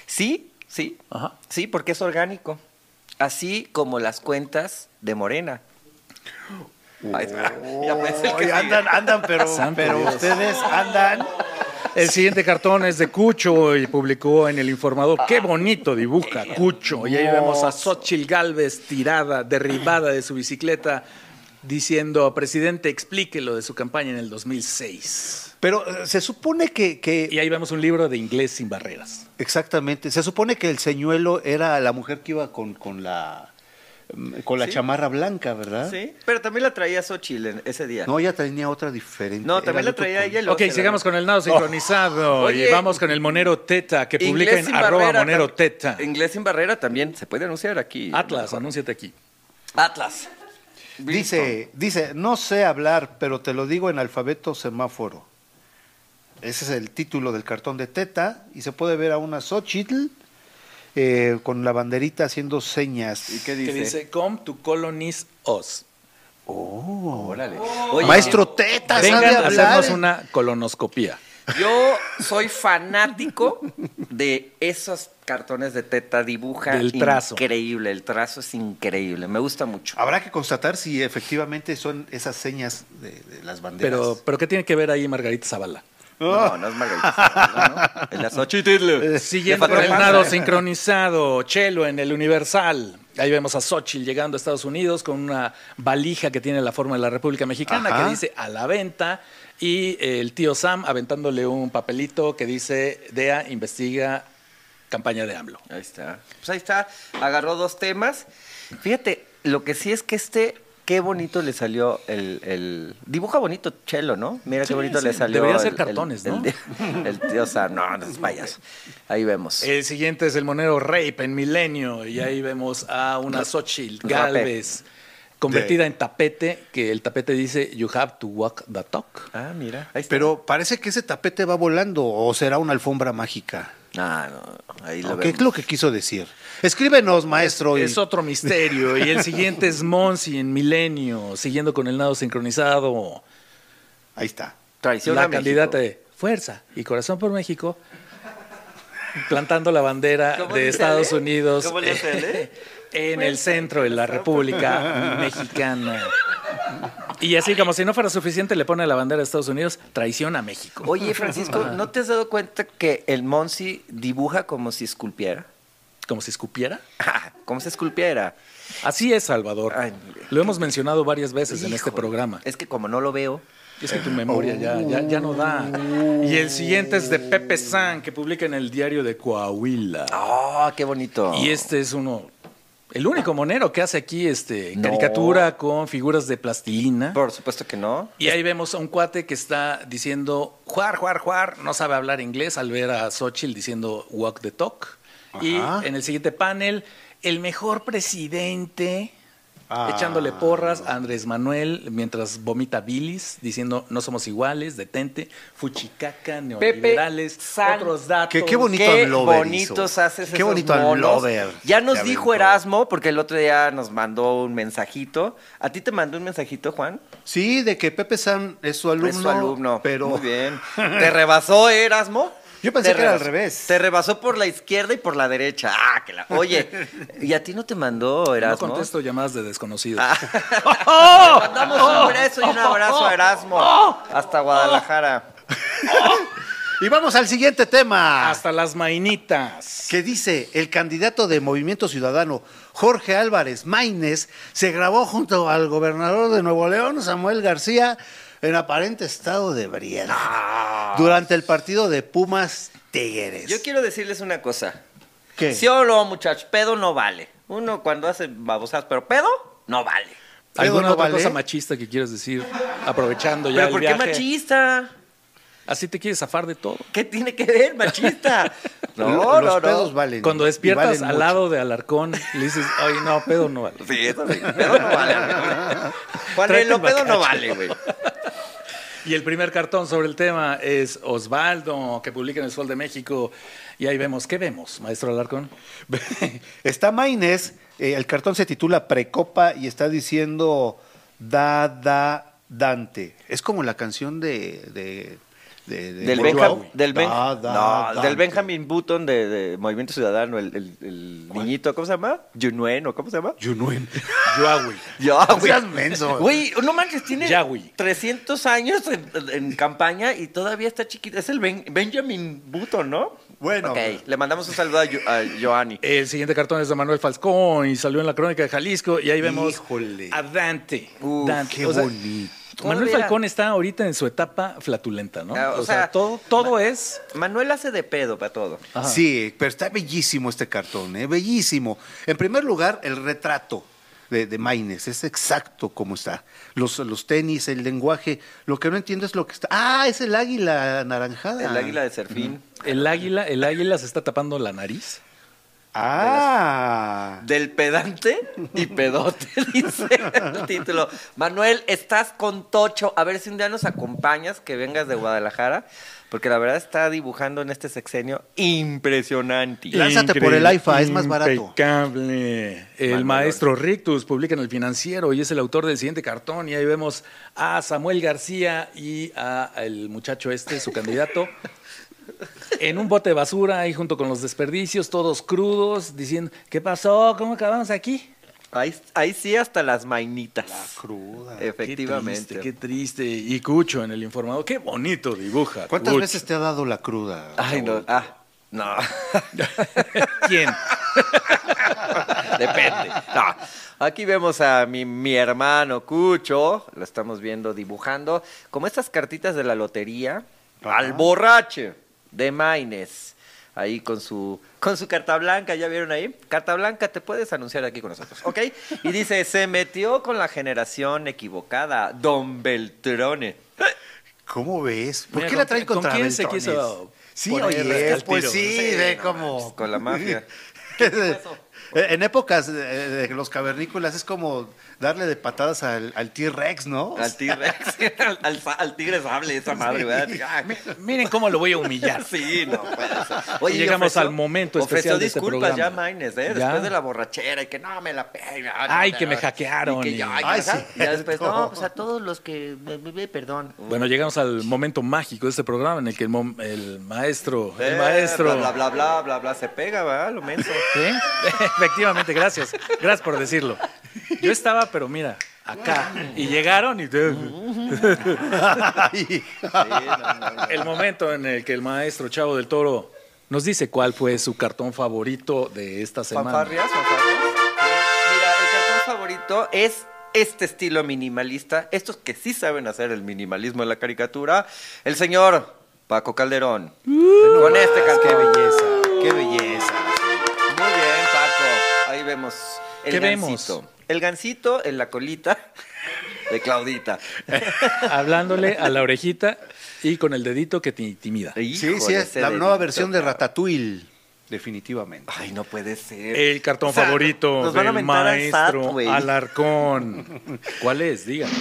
[SPEAKER 3] Sí, sí.
[SPEAKER 2] Ajá.
[SPEAKER 3] Sí, porque es orgánico. Así como las cuentas de Morena.
[SPEAKER 2] Oh.
[SPEAKER 3] Ay, espera, ya pensé el que
[SPEAKER 4] Oye,
[SPEAKER 3] sigue.
[SPEAKER 4] andan, andan, pero,
[SPEAKER 2] Santo
[SPEAKER 4] pero
[SPEAKER 2] Dios.
[SPEAKER 4] ustedes andan.
[SPEAKER 2] El siguiente cartón es de Cucho y publicó en El Informador. Qué bonito dibuja Cucho. Y ahí vemos a Xochitl Galvez tirada, derribada de su bicicleta, diciendo, presidente, explique lo de su campaña en el 2006.
[SPEAKER 4] Pero eh, se supone que, que-
[SPEAKER 2] Y ahí vemos un libro de inglés sin barreras.
[SPEAKER 4] Exactamente. Se supone que el señuelo era la mujer que iba con, con la mm, con la
[SPEAKER 3] Sí.
[SPEAKER 4] chamarra blanca, ¿verdad?
[SPEAKER 3] Sí, pero también la traía Xochitl en ese día.
[SPEAKER 4] No, ella tenía otra diferente.
[SPEAKER 3] No,
[SPEAKER 4] Era
[SPEAKER 3] también
[SPEAKER 4] de
[SPEAKER 3] la
[SPEAKER 4] otro
[SPEAKER 3] traía
[SPEAKER 4] color.
[SPEAKER 3] ella. y luego
[SPEAKER 2] Ok,
[SPEAKER 3] se la-
[SPEAKER 2] sigamos con el nado sincronizado.
[SPEAKER 3] Oh. Oye,
[SPEAKER 2] y vamos con el monero Teta, que publica
[SPEAKER 3] Inglés
[SPEAKER 2] en
[SPEAKER 3] sin
[SPEAKER 2] arroba
[SPEAKER 3] barrera,
[SPEAKER 2] monero
[SPEAKER 3] tam-
[SPEAKER 2] Teta.
[SPEAKER 3] Inglés sin barrera también se puede anunciar aquí.
[SPEAKER 2] Atlas, anúnciate aquí.
[SPEAKER 3] Atlas.
[SPEAKER 4] Dice, dice, no sé hablar, pero te lo digo en alfabeto semáforo. Ese es el título del cartón de Teta y se puede ver a una Xochitl eh, con la banderita haciendo señas.
[SPEAKER 3] ¿Y
[SPEAKER 2] Que
[SPEAKER 3] qué dice?
[SPEAKER 2] dice, come to colonize us.
[SPEAKER 3] Órale.
[SPEAKER 2] "Oh,
[SPEAKER 3] Oye, eh,
[SPEAKER 4] Maestro Teta, sabe
[SPEAKER 2] Vengan a
[SPEAKER 4] hablar.
[SPEAKER 2] hacernos una colonoscopía.
[SPEAKER 3] Yo soy fanático de esos cartones de teta. Dibuja
[SPEAKER 2] Del trazo. Ah.
[SPEAKER 3] increíble. El trazo es increíble. Me gusta mucho.
[SPEAKER 4] Habrá que constatar si efectivamente son esas señas de, de las banderas.
[SPEAKER 2] Pero, pero ¿qué tiene que ver ahí Margarita Zavala?
[SPEAKER 3] No, no es Margarita Zavala,
[SPEAKER 2] *laughs*
[SPEAKER 3] ¿no? Es la
[SPEAKER 2] Eh,
[SPEAKER 3] Xochitl.
[SPEAKER 2] Siguiendo
[SPEAKER 3] Le faltó
[SPEAKER 2] con el
[SPEAKER 3] panza.
[SPEAKER 2] nado sincronizado, Chelo en el Universal. Ahí vemos a Xochitl llegando a Estados Unidos con una valija que tiene la forma de la República Mexicana,
[SPEAKER 4] Ajá.
[SPEAKER 2] que dice a la venta. Y el tío Sam aventándole un papelito que dice DEA investiga campaña de AMLO.
[SPEAKER 3] Ahí está. Pues ahí está. Agarró dos temas. Fíjate, lo que sí es que este, qué bonito le salió el. el- dibuja bonito Chelo, ¿no? Mira
[SPEAKER 2] Sí,
[SPEAKER 3] qué bonito
[SPEAKER 2] sí,
[SPEAKER 3] le salió.
[SPEAKER 2] debería
[SPEAKER 3] el-
[SPEAKER 2] ser
[SPEAKER 3] el-
[SPEAKER 2] cartones, ¿no?
[SPEAKER 3] El, *laughs* el tío Sam. No, no es payaso. Ahí vemos.
[SPEAKER 2] El siguiente es el monero Rape en Milenio. Y ahí vemos a una Xochitl Galvez convertida en tapete, que el tapete dice You have to walk the talk.
[SPEAKER 3] Ah, mira. Ahí está.
[SPEAKER 4] Pero parece que ese tapete va volando o será una alfombra mágica.
[SPEAKER 3] Ah, no. Ahí lo
[SPEAKER 4] ¿O ¿Qué es
[SPEAKER 3] vemos.
[SPEAKER 4] lo que quiso decir? Escríbenos, maestro. y-
[SPEAKER 2] Es otro misterio. Y el siguiente es Monsi en Milenio, siguiendo con el nado sincronizado.
[SPEAKER 4] Ahí está.
[SPEAKER 3] Traición
[SPEAKER 2] la
[SPEAKER 3] a México.
[SPEAKER 2] candidata de Fuerza y Corazón por México, plantando la bandera
[SPEAKER 3] ¿Cómo
[SPEAKER 2] de
[SPEAKER 3] le
[SPEAKER 2] Estados
[SPEAKER 3] sale?
[SPEAKER 2] Unidos
[SPEAKER 3] ¿Cómo le sale?
[SPEAKER 2] *laughs* en el centro de la República Mexicana. Y así como si no fuera suficiente, le pone la bandera de Estados Unidos, traición a México. *laughs*
[SPEAKER 3] Oye, Francisco, ¿no te has dado cuenta que el Monsi dibuja como si esculpiera? *laughs*
[SPEAKER 2] Como si escupiera.
[SPEAKER 3] como si esculpiera.
[SPEAKER 2] Así es, Salvador.
[SPEAKER 3] Ay, mire.
[SPEAKER 2] Lo hemos mencionado varias veces en este
[SPEAKER 3] Híjole,
[SPEAKER 2] programa.
[SPEAKER 3] Es que como no lo veo.
[SPEAKER 2] Es que tu memoria ya, ya, ya no da. Y el siguiente es de Pepe San, que publica en el diario de Coahuila.
[SPEAKER 3] ¡Ah, qué ¡ah, bonito!
[SPEAKER 2] Y este es uno El único monero que hace aquí este,
[SPEAKER 3] No.
[SPEAKER 2] caricatura con figuras de plastilina.
[SPEAKER 3] Por supuesto que no.
[SPEAKER 2] Y ahí vemos a un cuate que está diciendo juar, juar, juar, no sabe hablar inglés al ver a Xochitl diciendo walk the talk. Y en el siguiente panel, el mejor presidente echándole porras a Andrés Manuel mientras vomita bilis diciendo no somos iguales, detente, fuchicaca, neoliberales,
[SPEAKER 3] San-
[SPEAKER 2] otros datos.
[SPEAKER 4] Qué, qué bonito
[SPEAKER 3] Qué
[SPEAKER 4] Unlover
[SPEAKER 3] bonitos
[SPEAKER 4] hizo.
[SPEAKER 3] haces
[SPEAKER 4] Qué
[SPEAKER 3] esos
[SPEAKER 4] bonito
[SPEAKER 3] monos.
[SPEAKER 4] Unlover.
[SPEAKER 3] Ya nos
[SPEAKER 4] que
[SPEAKER 3] dijo
[SPEAKER 4] aventó.
[SPEAKER 3] Erasmo, porque el otro día nos mandó un mensajito. ¿A ti te mandó un mensajito, Juan?
[SPEAKER 4] Sí, de que Pepe San es su alumno.
[SPEAKER 3] Es su alumno.
[SPEAKER 4] Pero
[SPEAKER 3] Muy
[SPEAKER 4] *laughs*
[SPEAKER 3] bien. ¿Te rebasó, eh, Erasmo?
[SPEAKER 4] Yo pensé
[SPEAKER 3] Te
[SPEAKER 4] que era al
[SPEAKER 3] rebasó.
[SPEAKER 4] revés.
[SPEAKER 3] Te rebasó por la izquierda y por la derecha. Ah, que la... Oye, ¿y a ti no te mandó
[SPEAKER 2] No
[SPEAKER 3] Erasmo?
[SPEAKER 2] contesto llamadas de desconocidos.
[SPEAKER 3] Le mandamos un beso y un abrazo a Erasmo. Hasta Guadalajara.
[SPEAKER 4] Y vamos al siguiente tema.
[SPEAKER 2] Hasta las mainitas.
[SPEAKER 4] que dice el candidato de Movimiento Ciudadano, Jorge Álvarez Maínez, se grabó junto al gobernador de Nuevo León, Samuel García, en aparente estado de ebriedad durante el partido de Pumas Tigres.
[SPEAKER 3] Ah. Yo quiero decirles una cosa.
[SPEAKER 4] ¿Qué?
[SPEAKER 3] Sí o no, muchachos, pedo no vale. Uno cuando hace babosas, pero pedo no vale.
[SPEAKER 2] ¿Alguna
[SPEAKER 4] no
[SPEAKER 2] otra
[SPEAKER 4] vale.
[SPEAKER 2] cosa machista que quieras decir? Aprovechando ya
[SPEAKER 3] ¿Pero
[SPEAKER 2] el
[SPEAKER 3] por qué
[SPEAKER 2] viaje.
[SPEAKER 3] machista?
[SPEAKER 2] Así te quieres zafar de todo.
[SPEAKER 3] ¿Qué tiene que ver
[SPEAKER 4] *laughs*
[SPEAKER 3] machista?
[SPEAKER 4] Lo-
[SPEAKER 3] No,
[SPEAKER 4] los
[SPEAKER 3] no,
[SPEAKER 4] pedos
[SPEAKER 3] no.
[SPEAKER 4] valen.
[SPEAKER 2] Cuando
[SPEAKER 4] y
[SPEAKER 2] despiertas
[SPEAKER 4] valen
[SPEAKER 2] al
[SPEAKER 4] mucho.
[SPEAKER 2] lado de Alarcón, le dices, ay, no, pedo no vale.
[SPEAKER 3] Sí, eso sí, pedo no vale.
[SPEAKER 4] *laughs*
[SPEAKER 3] amigo. Juan,
[SPEAKER 2] Tráete
[SPEAKER 3] lo
[SPEAKER 2] el
[SPEAKER 3] pedo
[SPEAKER 2] bacacho.
[SPEAKER 3] no vale, güey.
[SPEAKER 2] Y el primer cartón sobre el tema es Osvaldo, que publica en el Sol de México. Y ahí vemos, ¿qué vemos, maestro
[SPEAKER 4] *laughs*
[SPEAKER 2] Alarcón?
[SPEAKER 4] Está Maínez, eh, el cartón se titula Precopa y está diciendo Da Da Dante. Es como la canción de... de- de- de
[SPEAKER 3] Del,
[SPEAKER 4] Bon
[SPEAKER 3] Benja-
[SPEAKER 4] Jovi.
[SPEAKER 3] del, Ben-
[SPEAKER 4] Da, da,
[SPEAKER 3] no,
[SPEAKER 4] Dante.
[SPEAKER 3] del Benjamin Button de, de Movimiento Ciudadano, el, el- el niñito, ¿cómo se llama? Junuen, ¿o cómo se llama?
[SPEAKER 4] Yunuen.
[SPEAKER 2] Yuawi.
[SPEAKER 3] Ya,
[SPEAKER 4] No
[SPEAKER 3] güey.
[SPEAKER 4] seas menso.
[SPEAKER 3] Güey, no manches, tiene
[SPEAKER 2] Ya, güey.
[SPEAKER 3] 300 años en, en campaña y todavía está chiquita. Es el Ben- Benjamin Button, ¿no?
[SPEAKER 4] *laughs* Bueno.
[SPEAKER 3] Ok, le mandamos un saludo a, Yo- a Joanny.
[SPEAKER 2] El siguiente cartón es de Manuel Falcón y salió en la crónica de Jalisco. Y ahí vemos
[SPEAKER 4] Híjole.
[SPEAKER 2] a Dante.
[SPEAKER 3] Uf,
[SPEAKER 2] Dante.
[SPEAKER 4] Qué
[SPEAKER 2] O sea,
[SPEAKER 4] bonito.
[SPEAKER 2] Manuel
[SPEAKER 3] Todavía-
[SPEAKER 2] Falcón está ahorita en su etapa flatulenta, ¿no?
[SPEAKER 3] Ah,
[SPEAKER 2] o
[SPEAKER 3] o
[SPEAKER 2] sea,
[SPEAKER 3] sea,
[SPEAKER 2] todo, todo es...
[SPEAKER 3] Manuel hace de pedo para todo.
[SPEAKER 2] Ajá.
[SPEAKER 4] Sí, pero está bellísimo este cartón, ¿eh? bellísimo. En primer lugar, el retrato de, de Maines, es exacto como está. Los, los tenis, el lenguaje, lo que no entiendo es lo que está. Ah, es el águila anaranjada.
[SPEAKER 3] El águila de Serfín.
[SPEAKER 2] El águila, el águila se está tapando la nariz.
[SPEAKER 4] Ah.
[SPEAKER 3] Del pedante y pedote, *laughs* dice el título. Manuel, estás con Tocho. A ver si un día nos acompañas, que vengas de Guadalajara, porque la verdad está dibujando en este sexenio impresionante.
[SPEAKER 4] Lánzate por el AIFA, es más barato.
[SPEAKER 2] Impecable. El
[SPEAKER 3] Manuel
[SPEAKER 2] maestro Rictus publica en El Financiero y es el autor del siguiente cartón. Y ahí vemos a Samuel García y a el muchacho este, su
[SPEAKER 4] *laughs*
[SPEAKER 2] candidato, en un bote de basura ahí junto con los desperdicios, todos crudos, diciendo, ¿qué pasó? ¿Cómo acabamos aquí?
[SPEAKER 3] Ahí, ahí sí hasta las mainitas.
[SPEAKER 4] Cruda.
[SPEAKER 3] Efectivamente.
[SPEAKER 2] Qué triste, qué triste. Y Cucho en El Informador. Qué bonito dibuja.
[SPEAKER 4] ¿Cuántas
[SPEAKER 2] Cucho.
[SPEAKER 4] veces te ha dado la cruda?
[SPEAKER 3] Ay, no. Ah, no. *laughs*
[SPEAKER 2] *laughs* ¿Quién?
[SPEAKER 3] *laughs* Depende. No. Aquí vemos a mi, mi hermano Cucho. Lo estamos viendo dibujando. Como estas cartitas de la lotería. Al borracho de Maines. Ahí con su, con su carta blanca, ¿ya vieron ahí? Carta blanca, te puedes anunciar aquí con nosotros, ¿ok? Y dice, se metió con la generación equivocada, Don Beltrone.
[SPEAKER 4] ¿Cómo ves? ¿Por
[SPEAKER 2] Mira,
[SPEAKER 4] qué
[SPEAKER 2] ¿con
[SPEAKER 4] la traen
[SPEAKER 2] quién- con
[SPEAKER 4] contra
[SPEAKER 2] quién se
[SPEAKER 4] Beltrones?
[SPEAKER 2] quiso
[SPEAKER 4] Sí,
[SPEAKER 2] poner
[SPEAKER 4] oye,
[SPEAKER 2] al tiro?
[SPEAKER 4] pues sí,
[SPEAKER 2] Sí,
[SPEAKER 4] ve
[SPEAKER 3] no manches,
[SPEAKER 4] cómo.
[SPEAKER 3] con la
[SPEAKER 4] *laughs*
[SPEAKER 3] mafia.
[SPEAKER 4] en épocas de, de los cavernícolas es como darle de patadas al, al T-Rex, ¿no?
[SPEAKER 3] Al T-Rex, *laughs* al, al sa- al tigre sable, esa madre, ¿verdad? Ah,
[SPEAKER 2] Miren cómo lo voy a humillar.
[SPEAKER 3] Sí, no pues, puede ser.
[SPEAKER 2] Y
[SPEAKER 3] y
[SPEAKER 2] llegamos al momento
[SPEAKER 3] ofreció
[SPEAKER 2] especial de este
[SPEAKER 3] disculpas ya,
[SPEAKER 2] programa.
[SPEAKER 3] Maines, ¿eh?
[SPEAKER 2] Ya.
[SPEAKER 3] después de la borrachera y que no, me la pega.
[SPEAKER 2] Ay, que me hackearon
[SPEAKER 3] Y
[SPEAKER 2] y-
[SPEAKER 3] que yo, ay,
[SPEAKER 4] Ay,
[SPEAKER 3] que-
[SPEAKER 4] sí.
[SPEAKER 3] Ya después,
[SPEAKER 2] *laughs*
[SPEAKER 3] no, pues a todos los que, me- me- me- perdón.
[SPEAKER 2] Bueno, llegamos al momento mágico de este programa en el que el, mom- el maestro, el
[SPEAKER 3] Eh,
[SPEAKER 2] maestro.
[SPEAKER 3] Bla, bla, bla, bla, bla, se pega, ¿verdad? Lo menso.
[SPEAKER 2] ¿Sí? *laughs* Efectivamente, gracias. Gracias por decirlo. Yo estaba, pero mira, acá. Y llegaron y.
[SPEAKER 4] *laughs* Ay. *laughs*
[SPEAKER 2] El momento en el que el maestro Chavo del Toro nos dice cuál fue su cartón favorito de esta semana.
[SPEAKER 3] Fanfarrias, fanfarrias. Mira, el cartón favorito es este estilo minimalista. Estos que sí saben hacer el minimalismo en la caricatura. El señor Paco Calderón. Con
[SPEAKER 2] pues,
[SPEAKER 3] este cartón.
[SPEAKER 4] Qué belleza, qué belleza.
[SPEAKER 3] Muy bien, Paco. Ahí vemos
[SPEAKER 2] ¿Qué
[SPEAKER 3] El gansito.
[SPEAKER 2] vemos?
[SPEAKER 3] El gansito en la colita *laughs* de Claudita.
[SPEAKER 2] Hablándole a la orejita y con el dedito que te intimida.
[SPEAKER 3] Híjole,
[SPEAKER 4] sí, sí, es
[SPEAKER 3] ese
[SPEAKER 4] la nueva
[SPEAKER 3] dedito,
[SPEAKER 4] versión de
[SPEAKER 3] cabrón.
[SPEAKER 4] Ratatouille, definitivamente.
[SPEAKER 3] Ay, no puede ser.
[SPEAKER 2] El cartón
[SPEAKER 3] O sea,
[SPEAKER 2] favorito
[SPEAKER 3] nos van a
[SPEAKER 2] del
[SPEAKER 3] mentar al SAT,
[SPEAKER 2] maestro
[SPEAKER 3] güey.
[SPEAKER 2] Alarcón. ¿Cuál es? Díganos.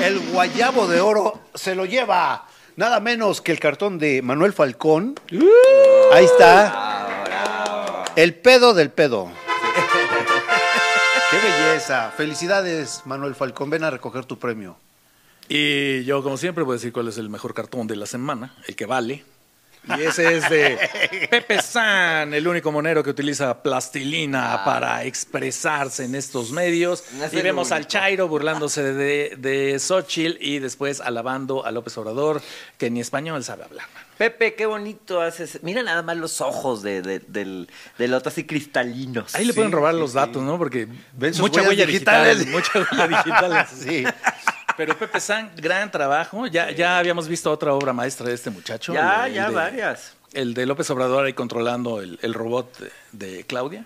[SPEAKER 4] El guayabo de oro se lo lleva nada menos que el cartón de Manuel Falcón.
[SPEAKER 3] ¡Uh!
[SPEAKER 4] Ahí está.
[SPEAKER 3] Ah,
[SPEAKER 4] El pedo del pedo. *laughs* Qué belleza. Felicidades, Manuel Falcón. Ven a recoger tu premio.
[SPEAKER 2] Y yo, como siempre, voy a decir cuál es el mejor cartón de la semana, el que vale. Y ese es de
[SPEAKER 3] *laughs*
[SPEAKER 2] Pepe San, el único monero que utiliza plastilina para expresarse en estos medios.
[SPEAKER 3] Ah. No es
[SPEAKER 2] y
[SPEAKER 3] el
[SPEAKER 2] vemos al
[SPEAKER 3] único.
[SPEAKER 2] Chairo burlándose de, de Xochitl y después alabando a López Obrador, que ni español sabe hablar.
[SPEAKER 3] Pepe, qué bonito haces. Mira nada más los ojos de, de- del, del otro así cristalinos.
[SPEAKER 2] Ahí le pueden robar los datos, ¿no? Porque
[SPEAKER 4] Ven sus
[SPEAKER 2] mucha
[SPEAKER 4] huellas
[SPEAKER 2] huella digital,
[SPEAKER 4] digitales.
[SPEAKER 2] *laughs* mucha huella
[SPEAKER 3] *laughs*
[SPEAKER 2] digital.
[SPEAKER 4] Sí.
[SPEAKER 2] Pero Pepe San, gran trabajo. Ya, ya habíamos visto otra obra maestra de este muchacho.
[SPEAKER 3] Ya,
[SPEAKER 2] el
[SPEAKER 3] ya,
[SPEAKER 2] de-
[SPEAKER 3] varias.
[SPEAKER 2] El de López Obrador ahí controlando el, el robot de, de Claudia.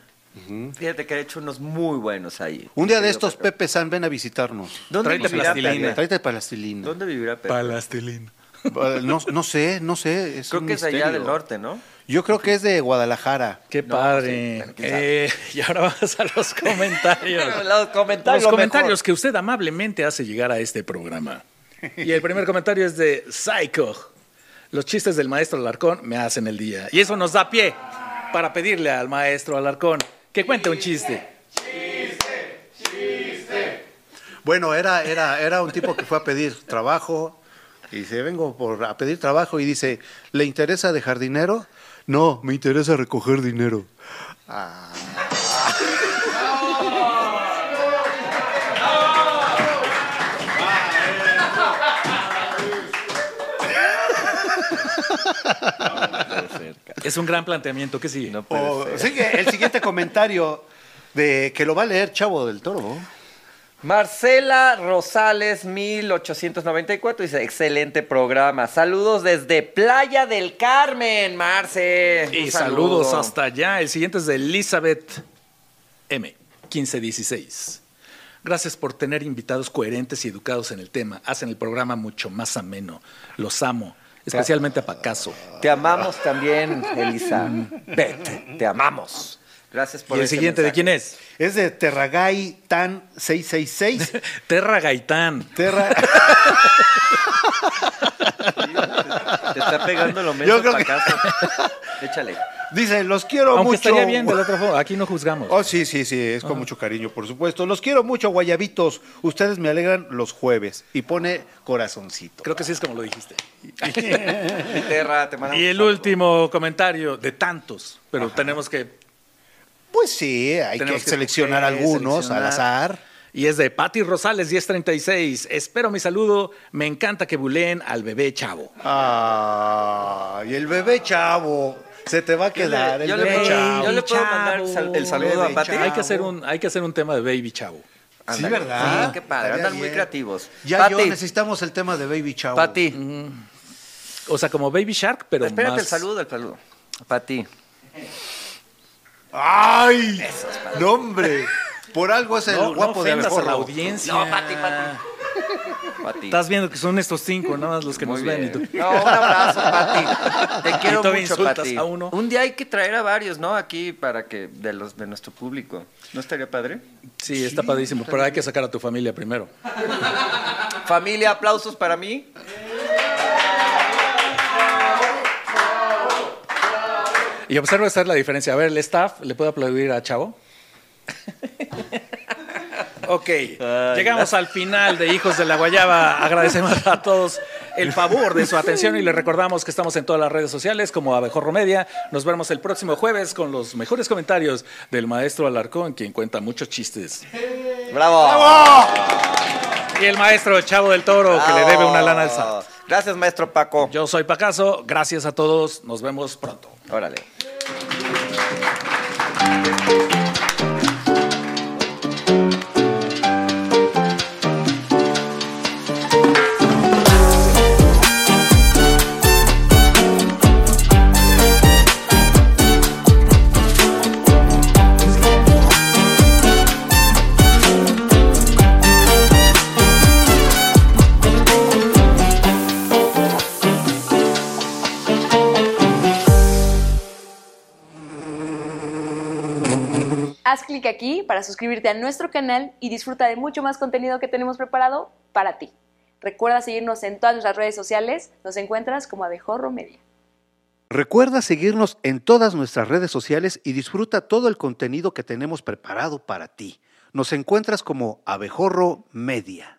[SPEAKER 3] Fíjate que ha hecho unos muy buenos ahí.
[SPEAKER 4] Un día de
[SPEAKER 3] Querido
[SPEAKER 4] estos,
[SPEAKER 3] Pepe.
[SPEAKER 4] Pepe San, ven a visitarnos.
[SPEAKER 3] ¿Dónde
[SPEAKER 2] tráete
[SPEAKER 3] vivirá
[SPEAKER 2] plastilina.
[SPEAKER 3] Pepe?
[SPEAKER 4] Tráete plastilina.
[SPEAKER 3] ¿Dónde vivirá Pepe?
[SPEAKER 2] Palastilina.
[SPEAKER 4] Eh, No, no sé, no sé.
[SPEAKER 3] Creo
[SPEAKER 4] un
[SPEAKER 3] que es allá
[SPEAKER 4] misterio.
[SPEAKER 3] del norte, ¿no?
[SPEAKER 4] Yo creo que es de Guadalajara.
[SPEAKER 2] Qué
[SPEAKER 3] No,
[SPEAKER 2] padre.
[SPEAKER 3] sí, quién sabe.
[SPEAKER 2] Eh, *laughs* y ahora vamos a los comentarios.
[SPEAKER 3] *laughs* Los comentarios,
[SPEAKER 2] Los comentarios que usted amablemente hace llegar a este programa. Y el primer comentario es de Psycho. Los chistes del maestro Alarcón me hacen el día. Y eso nos da pie para pedirle al maestro Alarcón que cuente un chiste.
[SPEAKER 4] Bueno, era, era, era un tipo que fue a pedir trabajo y dice, vengo por, a pedir trabajo y dice, ¿le interesa dejar dinero? No, me interesa recoger dinero.
[SPEAKER 2] Es un gran planteamiento. ¿Qué sigue?
[SPEAKER 3] No puede
[SPEAKER 4] O-
[SPEAKER 3] ser.
[SPEAKER 4] sigue el *laughs* siguiente comentario de que lo va a leer Chavo del Toro.
[SPEAKER 3] Marcela Rosales, 1894, dice, excelente programa. Saludos desde Playa del Carmen, Marce.
[SPEAKER 2] Y
[SPEAKER 3] Un saludo.
[SPEAKER 2] saludos hasta allá. El siguiente es de Elizabeth M, 1516. Gracias por tener invitados coherentes y educados en el tema. Hacen el programa mucho más ameno. Los amo, especialmente a
[SPEAKER 3] *laughs*
[SPEAKER 2] Pacaso.
[SPEAKER 3] Te amamos también, Elisa. Vete, te amamos. Gracias por
[SPEAKER 2] Y el
[SPEAKER 3] ese
[SPEAKER 2] siguiente, ¿de
[SPEAKER 3] mensaje.
[SPEAKER 2] quién es?
[SPEAKER 4] Es de Terragay Tan 666.
[SPEAKER 2] Terra Gaitán.
[SPEAKER 4] *laughs* Terra...
[SPEAKER 3] Te está pegando lo
[SPEAKER 4] Yo
[SPEAKER 3] menos
[SPEAKER 4] creo
[SPEAKER 3] para
[SPEAKER 4] que-
[SPEAKER 3] casa. Échale.
[SPEAKER 4] Dice, los quiero
[SPEAKER 2] Aunque
[SPEAKER 4] mucho.
[SPEAKER 2] estaría bien del otro forma, aquí no juzgamos.
[SPEAKER 4] Oh, sí, sí, sí, es con
[SPEAKER 2] Ah.
[SPEAKER 4] mucho cariño, por supuesto. Los quiero mucho, guayabitos. Ustedes me alegran los jueves. Y pone corazoncito.
[SPEAKER 2] Creo que sí es como lo
[SPEAKER 3] *laughs*
[SPEAKER 2] dijiste.
[SPEAKER 3] Terra, te mandamos
[SPEAKER 2] Y
[SPEAKER 3] un
[SPEAKER 2] el
[SPEAKER 3] saludo.
[SPEAKER 2] último comentario de tantos, pero tenemos que
[SPEAKER 4] Pues sí, hay
[SPEAKER 2] Tenemos
[SPEAKER 4] que
[SPEAKER 2] que
[SPEAKER 4] seleccionar
[SPEAKER 2] escoger,
[SPEAKER 4] algunos
[SPEAKER 2] seleccionar.
[SPEAKER 4] al azar.
[SPEAKER 2] Y es de Patti Rosales, 1036. Espero mi saludo. Me encanta que buleen al bebé chavo.
[SPEAKER 4] Ah, y el bebé chavo. Se te va a quedar el
[SPEAKER 3] yo le
[SPEAKER 4] bebé
[SPEAKER 3] puedo-
[SPEAKER 4] chavo.
[SPEAKER 3] yo le puedo mandar el sal- el saludo
[SPEAKER 4] a Pati.
[SPEAKER 2] Hay que, hacer un, hay que hacer un tema de baby chavo.
[SPEAKER 3] Ándale.
[SPEAKER 4] Sí, ¿verdad?
[SPEAKER 3] Sí, qué padre.
[SPEAKER 4] Estaría
[SPEAKER 3] Andan muy
[SPEAKER 4] bien.
[SPEAKER 3] creativos.
[SPEAKER 4] Ya
[SPEAKER 3] Pati,
[SPEAKER 4] yo necesitamos el tema de Baby Chavo.
[SPEAKER 3] Pati,
[SPEAKER 2] O sea, como baby shark, pero
[SPEAKER 3] espérate
[SPEAKER 2] más...
[SPEAKER 3] el saludo, el saludo. Pati.
[SPEAKER 4] ¡Ay! ¡No, hombre! Por algo es el
[SPEAKER 2] No,
[SPEAKER 4] guapo
[SPEAKER 2] no
[SPEAKER 4] de
[SPEAKER 2] ofendas a la
[SPEAKER 4] Abejorro.
[SPEAKER 2] audiencia.
[SPEAKER 3] No, Pati, Pati. Pati.
[SPEAKER 2] Estás viendo que son estos cinco, nada más los que
[SPEAKER 3] Muy
[SPEAKER 2] nos
[SPEAKER 3] bien.
[SPEAKER 2] ven. y tú-
[SPEAKER 3] No, un abrazo, Pati. Te
[SPEAKER 2] Y
[SPEAKER 3] quiero
[SPEAKER 2] todavía
[SPEAKER 3] mucho,
[SPEAKER 2] insultas
[SPEAKER 3] Pati.
[SPEAKER 2] a uno.
[SPEAKER 3] Un día hay que traer a varios, ¿no? Aquí para que de los de nuestro público. ¿No estaría padre?
[SPEAKER 2] Sí, está padrísimo, pero hay que sacar a tu familia primero.
[SPEAKER 3] Familia, aplausos para mí.
[SPEAKER 2] Y observa esta es la diferencia. A ver, el staff, ¿le puedo aplaudir a Chavo? Ok, llegamos al final de Hijos de la Guayaba. Agradecemos a todos el favor de su atención y les recordamos que estamos en todas las redes sociales como Abejorro Media. Nos vemos el próximo jueves con los mejores comentarios del maestro Alarcón, quien cuenta muchos chistes.
[SPEAKER 3] ¡Bravo!
[SPEAKER 2] Y el maestro Chavo del Toro, que le debe una lana al SAT.
[SPEAKER 3] Gracias, maestro Paco.
[SPEAKER 2] Yo soy Pacaso, gracias a todos, nos vemos pronto.
[SPEAKER 3] Órale.
[SPEAKER 6] Haz clic aquí para suscribirte a nuestro canal y disfruta de mucho más contenido que tenemos preparado para ti. Recuerda seguirnos en todas nuestras redes sociales, nos encuentras como Abejorro Media.
[SPEAKER 5] Recuerda seguirnos en todas nuestras redes sociales y disfruta todo el contenido que tenemos preparado para ti. Nos encuentras como Abejorro Media.